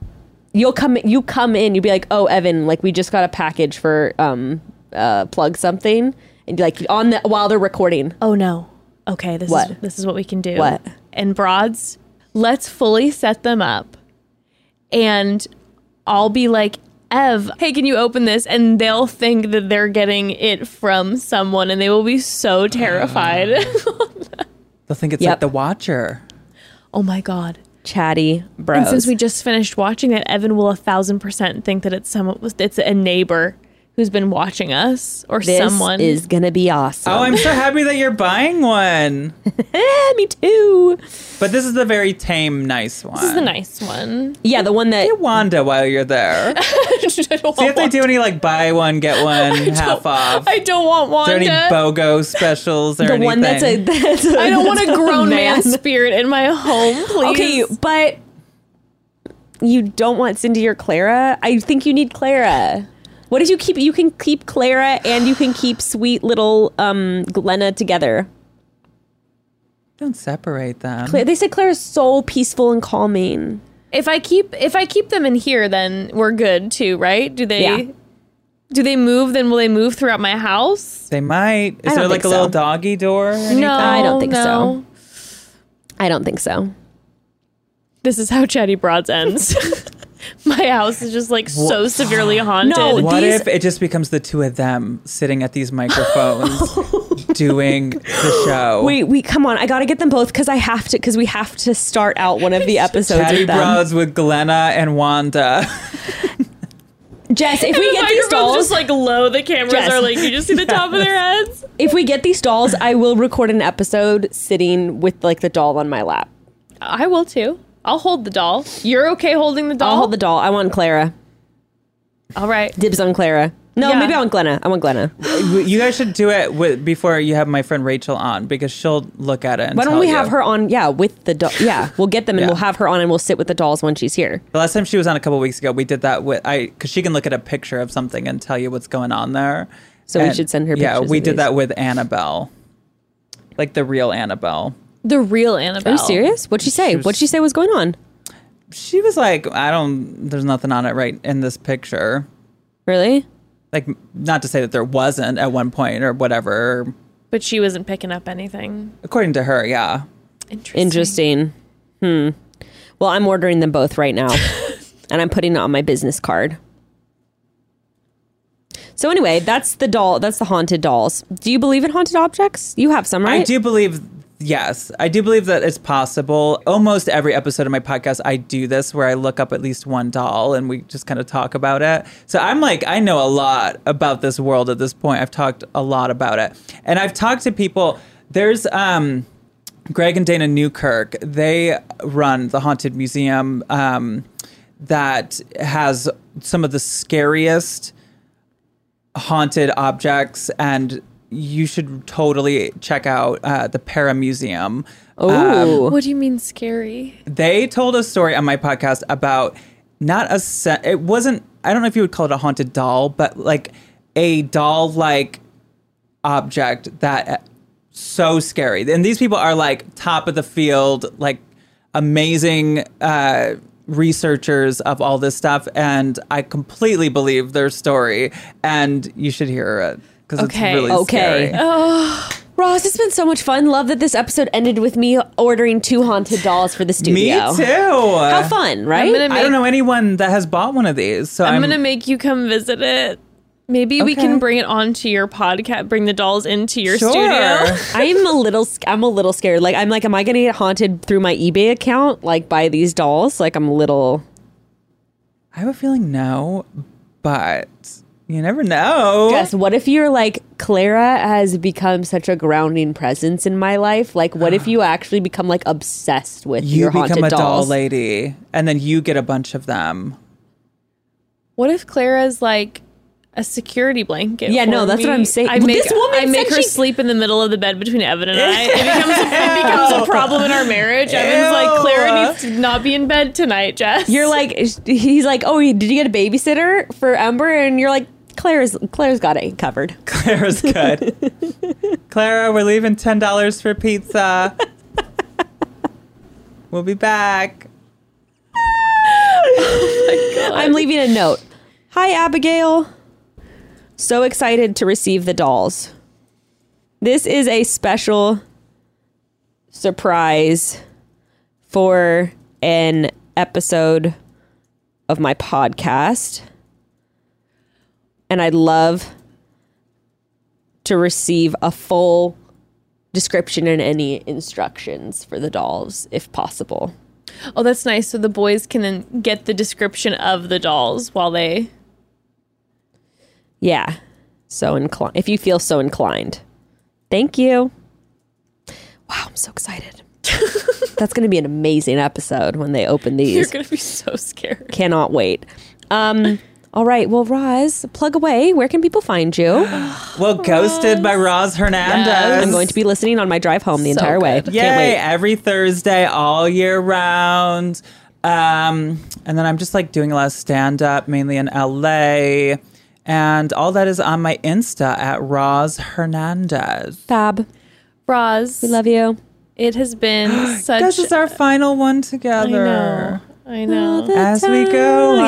[SPEAKER 4] You'll come. You come in. You'll be like, "Oh, Evan, like we just got a package for um, uh, plug something," and be like on the while they're recording.
[SPEAKER 6] Oh no. Okay, this is
[SPEAKER 4] What?
[SPEAKER 6] this is what we can do.
[SPEAKER 4] What?
[SPEAKER 6] And broads, let's fully set them up. And I'll be like, Ev, hey, can you open this? And they'll think that they're getting it from someone and they will be so terrified.
[SPEAKER 5] They'll think it's
[SPEAKER 4] Yep.
[SPEAKER 5] like the Watcher.
[SPEAKER 6] oh my god.
[SPEAKER 4] chatty bros.
[SPEAKER 6] And since we just finished watching that, Evan will a thousand percent think that it's someone it's a neighbor who's been watching us or
[SPEAKER 4] this
[SPEAKER 6] someone.
[SPEAKER 4] is gonna be awesome.
[SPEAKER 5] Oh, I'm so happy that you're buying one.
[SPEAKER 4] Eh, me too.
[SPEAKER 5] But this is the very tame, nice one.
[SPEAKER 6] this is a nice one.
[SPEAKER 4] Yeah, the one that
[SPEAKER 5] Get Wanda while you're there.
[SPEAKER 6] I don't
[SPEAKER 5] See
[SPEAKER 6] want
[SPEAKER 5] if they do any like buy one get one half off.
[SPEAKER 6] I don't want
[SPEAKER 5] Is there any
[SPEAKER 6] Wanda.
[SPEAKER 5] BOGO specials or
[SPEAKER 4] the
[SPEAKER 5] anything?
[SPEAKER 4] one that's a that's a
[SPEAKER 6] I don't want
[SPEAKER 4] that's
[SPEAKER 6] a grown man.
[SPEAKER 4] man.
[SPEAKER 6] spirit in my home, please.
[SPEAKER 4] Okay, but you don't want Cindy or Clara. I think you need Clara. What did you keep? You can keep Clara and you can keep sweet little um, Glenna together.
[SPEAKER 5] Don't separate them.
[SPEAKER 4] They said Clara's so peaceful and calming.
[SPEAKER 6] If I keep if I keep them in here, then we're good too, right? Do they
[SPEAKER 4] Yeah.
[SPEAKER 6] do they move? Then will they move throughout my house?
[SPEAKER 5] They might.
[SPEAKER 4] don't
[SPEAKER 5] Is there
[SPEAKER 4] think
[SPEAKER 5] like a little
[SPEAKER 4] so.
[SPEAKER 5] doggy door? or anything?
[SPEAKER 6] No,
[SPEAKER 4] I don't think so.
[SPEAKER 6] no.
[SPEAKER 4] I don't think so.
[SPEAKER 6] This is how Chatty Broads ends. my house is just like so severely haunted.
[SPEAKER 4] No,
[SPEAKER 5] What
[SPEAKER 4] These-
[SPEAKER 5] if it just becomes the two of them sitting at these microphones doing the show?
[SPEAKER 4] Wait, we come on. I gotta get them both because I have to because we have to start out one of the episodes
[SPEAKER 5] Patty
[SPEAKER 4] with them.
[SPEAKER 5] Bros with Glenna and Wanda.
[SPEAKER 4] Jess, if we
[SPEAKER 6] the
[SPEAKER 4] get these
[SPEAKER 6] microphone's
[SPEAKER 4] dolls,
[SPEAKER 6] just like low. The cameras
[SPEAKER 4] Jess.
[SPEAKER 6] are like you just see the top of their heads.
[SPEAKER 4] if we get these dolls, I will record an episode sitting with like the doll on my lap.
[SPEAKER 6] I will too. I'll hold the doll. You're okay holding the doll.
[SPEAKER 4] I'll hold the doll. I want Clara.
[SPEAKER 6] All right.
[SPEAKER 4] Dibs on Clara. No,
[SPEAKER 6] Yeah.
[SPEAKER 4] maybe I want Glenna. I want Glenna.
[SPEAKER 5] you guys should do it with, before you have my friend Rachel on because she'll look at it. And
[SPEAKER 4] Why don't
[SPEAKER 5] tell
[SPEAKER 4] we
[SPEAKER 5] you.
[SPEAKER 4] have her on? Yeah, with the doll. Yeah, we'll get them and
[SPEAKER 5] Yeah.
[SPEAKER 4] we'll have her on and we'll sit with the dolls when she's here.
[SPEAKER 5] The last time she was on a couple weeks ago, we did that with I because she can look at a picture of something and tell you what's going on there.
[SPEAKER 4] So we
[SPEAKER 5] And-
[SPEAKER 4] should send her
[SPEAKER 5] Yeah,
[SPEAKER 4] pictures
[SPEAKER 5] we
[SPEAKER 4] of
[SPEAKER 5] did
[SPEAKER 4] these.
[SPEAKER 5] that with Annabelle, like the real Annabelle.
[SPEAKER 6] The real
[SPEAKER 4] Are
[SPEAKER 6] Annabelle.
[SPEAKER 4] you serious? What'd she say?
[SPEAKER 5] was-
[SPEAKER 4] What'd she say was going on?
[SPEAKER 5] She was like, I don't. There's nothing on it right in this picture.
[SPEAKER 4] Really?
[SPEAKER 5] Like, not to say that there wasn't at one point or whatever.
[SPEAKER 6] But she wasn't picking up anything.
[SPEAKER 5] According to her, yeah.
[SPEAKER 6] Interesting.
[SPEAKER 4] Interesting. Hmm. Well, I'm ordering them both right now, and I'm putting it on my business card. So anyway, that's the doll. That's the haunted dolls. Do you believe in haunted objects? You have some, right?
[SPEAKER 5] I do believe, yes, I do believe that it's possible. Almost every episode of my podcast, I do this where I look up at least one doll and we just kind of talk about it. So I'm like, I know a lot about this world at this point. I've talked a lot about it. And I've talked to people. There's, um, Greg and Dana Newkirk, they run the Haunted Museum um, that has some of the scariest haunted objects, and you should totally check out uh, the Para Museum.
[SPEAKER 4] Ooh.
[SPEAKER 6] What do you mean scary?
[SPEAKER 5] They told a story on my podcast about not a se- it wasn't I don't know if you would call it a haunted doll, but like a doll like object that uh, so scary. And these people are like top of the field, like amazing uh, researchers of all this stuff. And I completely believe their story. And you should hear it because
[SPEAKER 6] Okay.
[SPEAKER 5] it's really
[SPEAKER 4] Okay. Oh,
[SPEAKER 5] scary.
[SPEAKER 4] Ross, it's been so much fun. Love that this episode ended with me ordering two haunted dolls for the
[SPEAKER 5] Me
[SPEAKER 4] studio.
[SPEAKER 5] too.
[SPEAKER 4] How fun, right?
[SPEAKER 6] I'm gonna
[SPEAKER 5] I
[SPEAKER 6] make-
[SPEAKER 5] don't know anyone that has bought one of these, so I'm,
[SPEAKER 6] I'm, gonna make you come visit it. Maybe we
[SPEAKER 5] Okay.
[SPEAKER 6] can bring it onto your podcast. Bring the dolls into your
[SPEAKER 5] sure.
[SPEAKER 6] studio.
[SPEAKER 4] I'm a little sc- I'm a little scared. Like I'm like am I going to get haunted through my eBay account like by these dolls? Like I'm a little
[SPEAKER 5] I have a feeling no, but you never know.
[SPEAKER 4] Jess, what if you're like Clara has become such a grounding presence in my life? Like what if you actually become like obsessed with
[SPEAKER 5] Ah. you
[SPEAKER 4] your haunted
[SPEAKER 5] become a doll
[SPEAKER 4] dolls?
[SPEAKER 5] lady, and then you get a bunch of them.
[SPEAKER 6] What if Clara's like a security blanket?
[SPEAKER 4] Yeah, no,
[SPEAKER 6] for
[SPEAKER 4] that's what
[SPEAKER 6] me?
[SPEAKER 4] I'm saying.
[SPEAKER 6] I
[SPEAKER 4] Well,
[SPEAKER 6] make,
[SPEAKER 4] this woman
[SPEAKER 6] I make
[SPEAKER 4] said
[SPEAKER 6] her
[SPEAKER 4] she-
[SPEAKER 6] sleep in the middle of the bed between Evan and I. It becomes, it becomes a
[SPEAKER 5] Oh.
[SPEAKER 6] problem in our marriage. Evan's like,
[SPEAKER 5] Ew.
[SPEAKER 6] Clara needs to not be in bed tonight, Jess.
[SPEAKER 4] You're like he's like, "Oh, did you get a babysitter for Ember?" And you're like, "Clara's Clara's got it covered."
[SPEAKER 5] Clara's good. Clara, we're leaving ten dollars for pizza. we'll be back.
[SPEAKER 4] I'm leaving a note. Hi, Abigail. So excited to receive the dolls. This is a special surprise for an episode of my podcast. And I'd love to receive a full description and any instructions for the dolls if possible.
[SPEAKER 6] Oh, that's nice. So the boys can then get the description of the dolls while they.
[SPEAKER 4] Yeah. So inclined. If you feel so inclined. Thank you. Wow, I'm so excited. That's going to be an amazing episode when they open
[SPEAKER 6] You're
[SPEAKER 4] these.
[SPEAKER 6] going to be so scared.
[SPEAKER 4] Cannot wait. Um, all right. Well, Roz, plug away. Where can people find you?
[SPEAKER 5] Well, Ghosted by Roz Hernandez.
[SPEAKER 4] I'm going to be listening on my drive home the entire way.
[SPEAKER 5] Yay,
[SPEAKER 4] Can't wait.
[SPEAKER 5] every Thursday all year round. Um, and then I'm just like doing a lot of stand up, mainly in LA. And all that is on my Insta at Roz Hernandez.
[SPEAKER 4] Fab.
[SPEAKER 6] Roz,
[SPEAKER 4] We love you.
[SPEAKER 6] it has been such.
[SPEAKER 5] This is our final
[SPEAKER 6] I
[SPEAKER 5] one
[SPEAKER 6] know.
[SPEAKER 5] together
[SPEAKER 6] I know.
[SPEAKER 5] as we go. on.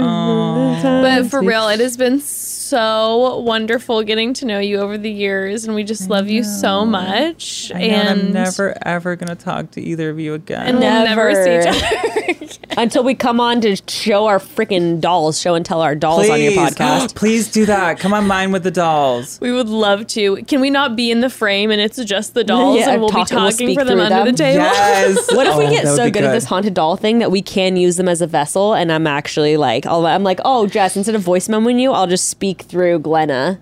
[SPEAKER 6] But for real, it has been so wonderful getting to know you over the years, and we just love you so much.
[SPEAKER 5] I know,
[SPEAKER 6] and
[SPEAKER 5] I'm never ever gonna talk to either of you again.
[SPEAKER 6] and we'll never see each
[SPEAKER 4] Never.
[SPEAKER 6] other.
[SPEAKER 4] Until we come on to show our freaking dolls, show and tell our dolls on your podcast.
[SPEAKER 5] Please do that. Come on, mine with the dolls.
[SPEAKER 6] We would love to. Can we not be in the frame and it's just the dolls,
[SPEAKER 4] Yeah,
[SPEAKER 6] and we'll
[SPEAKER 4] talk-
[SPEAKER 6] be
[SPEAKER 4] we'll
[SPEAKER 6] talking
[SPEAKER 4] speak
[SPEAKER 6] for them
[SPEAKER 4] through
[SPEAKER 6] under
[SPEAKER 4] them.
[SPEAKER 6] the table?
[SPEAKER 5] Yes.
[SPEAKER 4] What if we
[SPEAKER 5] Oh,
[SPEAKER 4] get
[SPEAKER 5] that would
[SPEAKER 4] so
[SPEAKER 5] be
[SPEAKER 4] good, at this haunted doll thing that we can use them as a vessel? And I'm actually like, I'll, I'm like, oh, Jess, instead of voice memoing you, I'll just speak through Glenna.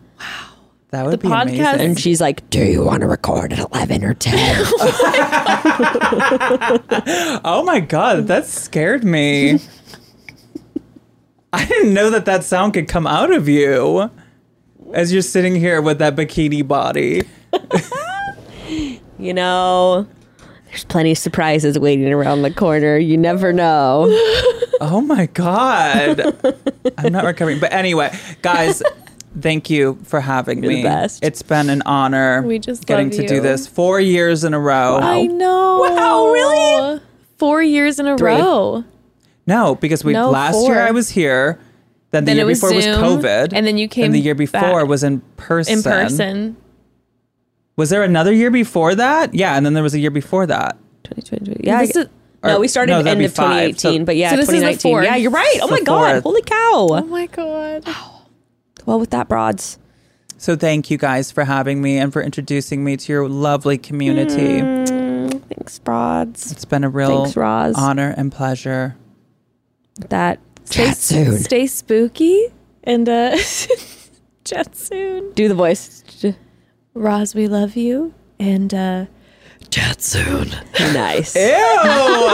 [SPEAKER 5] That would
[SPEAKER 6] the
[SPEAKER 5] be
[SPEAKER 6] podcast-
[SPEAKER 5] amazing.
[SPEAKER 4] And she's like, do you want to record at 11 or 10?
[SPEAKER 5] Oh my god, that scared me. I didn't know that that sound could come out of you as you're sitting here with that bikini body.
[SPEAKER 4] you know, there's plenty of surprises waiting around the corner. You never know.
[SPEAKER 5] Oh my god. I'm not recovering. But anyway, guys, thank you for having
[SPEAKER 4] the
[SPEAKER 5] me.
[SPEAKER 4] best.
[SPEAKER 5] It's been an honor
[SPEAKER 6] We just
[SPEAKER 5] getting
[SPEAKER 6] love
[SPEAKER 5] to
[SPEAKER 6] you.
[SPEAKER 5] do this 4 years in a row.
[SPEAKER 6] I know.
[SPEAKER 4] Wow, really?
[SPEAKER 6] Four years in a row.
[SPEAKER 5] No, because we
[SPEAKER 6] No,
[SPEAKER 5] last
[SPEAKER 6] four.
[SPEAKER 5] year I was here, then the
[SPEAKER 6] Then
[SPEAKER 5] year
[SPEAKER 6] it was
[SPEAKER 5] before
[SPEAKER 6] Zoom,
[SPEAKER 5] was COVID,
[SPEAKER 6] and then you
[SPEAKER 5] and
[SPEAKER 6] came
[SPEAKER 5] the year before
[SPEAKER 6] back
[SPEAKER 5] was in person.
[SPEAKER 6] In person.
[SPEAKER 5] Was there another year before that? Yeah, and then there was a year before that.
[SPEAKER 4] 2020. Yeah. I
[SPEAKER 6] This
[SPEAKER 4] g-
[SPEAKER 6] is-
[SPEAKER 4] no,
[SPEAKER 5] or-
[SPEAKER 4] we started
[SPEAKER 5] no, that'd
[SPEAKER 4] end
[SPEAKER 5] be
[SPEAKER 4] of
[SPEAKER 5] five,
[SPEAKER 4] 2018,
[SPEAKER 5] so-
[SPEAKER 4] but yeah,
[SPEAKER 6] So this is the
[SPEAKER 4] 2019.
[SPEAKER 6] fourth.
[SPEAKER 4] yeah, you're right. Oh
[SPEAKER 5] It's
[SPEAKER 4] my
[SPEAKER 5] the
[SPEAKER 4] God.
[SPEAKER 5] fourth.
[SPEAKER 4] Holy
[SPEAKER 6] Oh
[SPEAKER 4] cow.
[SPEAKER 6] my God.
[SPEAKER 4] Well, with that, broads.
[SPEAKER 5] So thank you guys for having me and for introducing me to your lovely community.
[SPEAKER 4] Thanks, broads.
[SPEAKER 5] It's been a real
[SPEAKER 4] Mm. Thanks, Roz.
[SPEAKER 5] honor and pleasure.
[SPEAKER 4] That.
[SPEAKER 6] Stay, stay spooky and uh, chat soon.
[SPEAKER 4] Do the voice.
[SPEAKER 6] Roz, we love you. And uh, chat soon.
[SPEAKER 4] Nice.
[SPEAKER 5] Ew!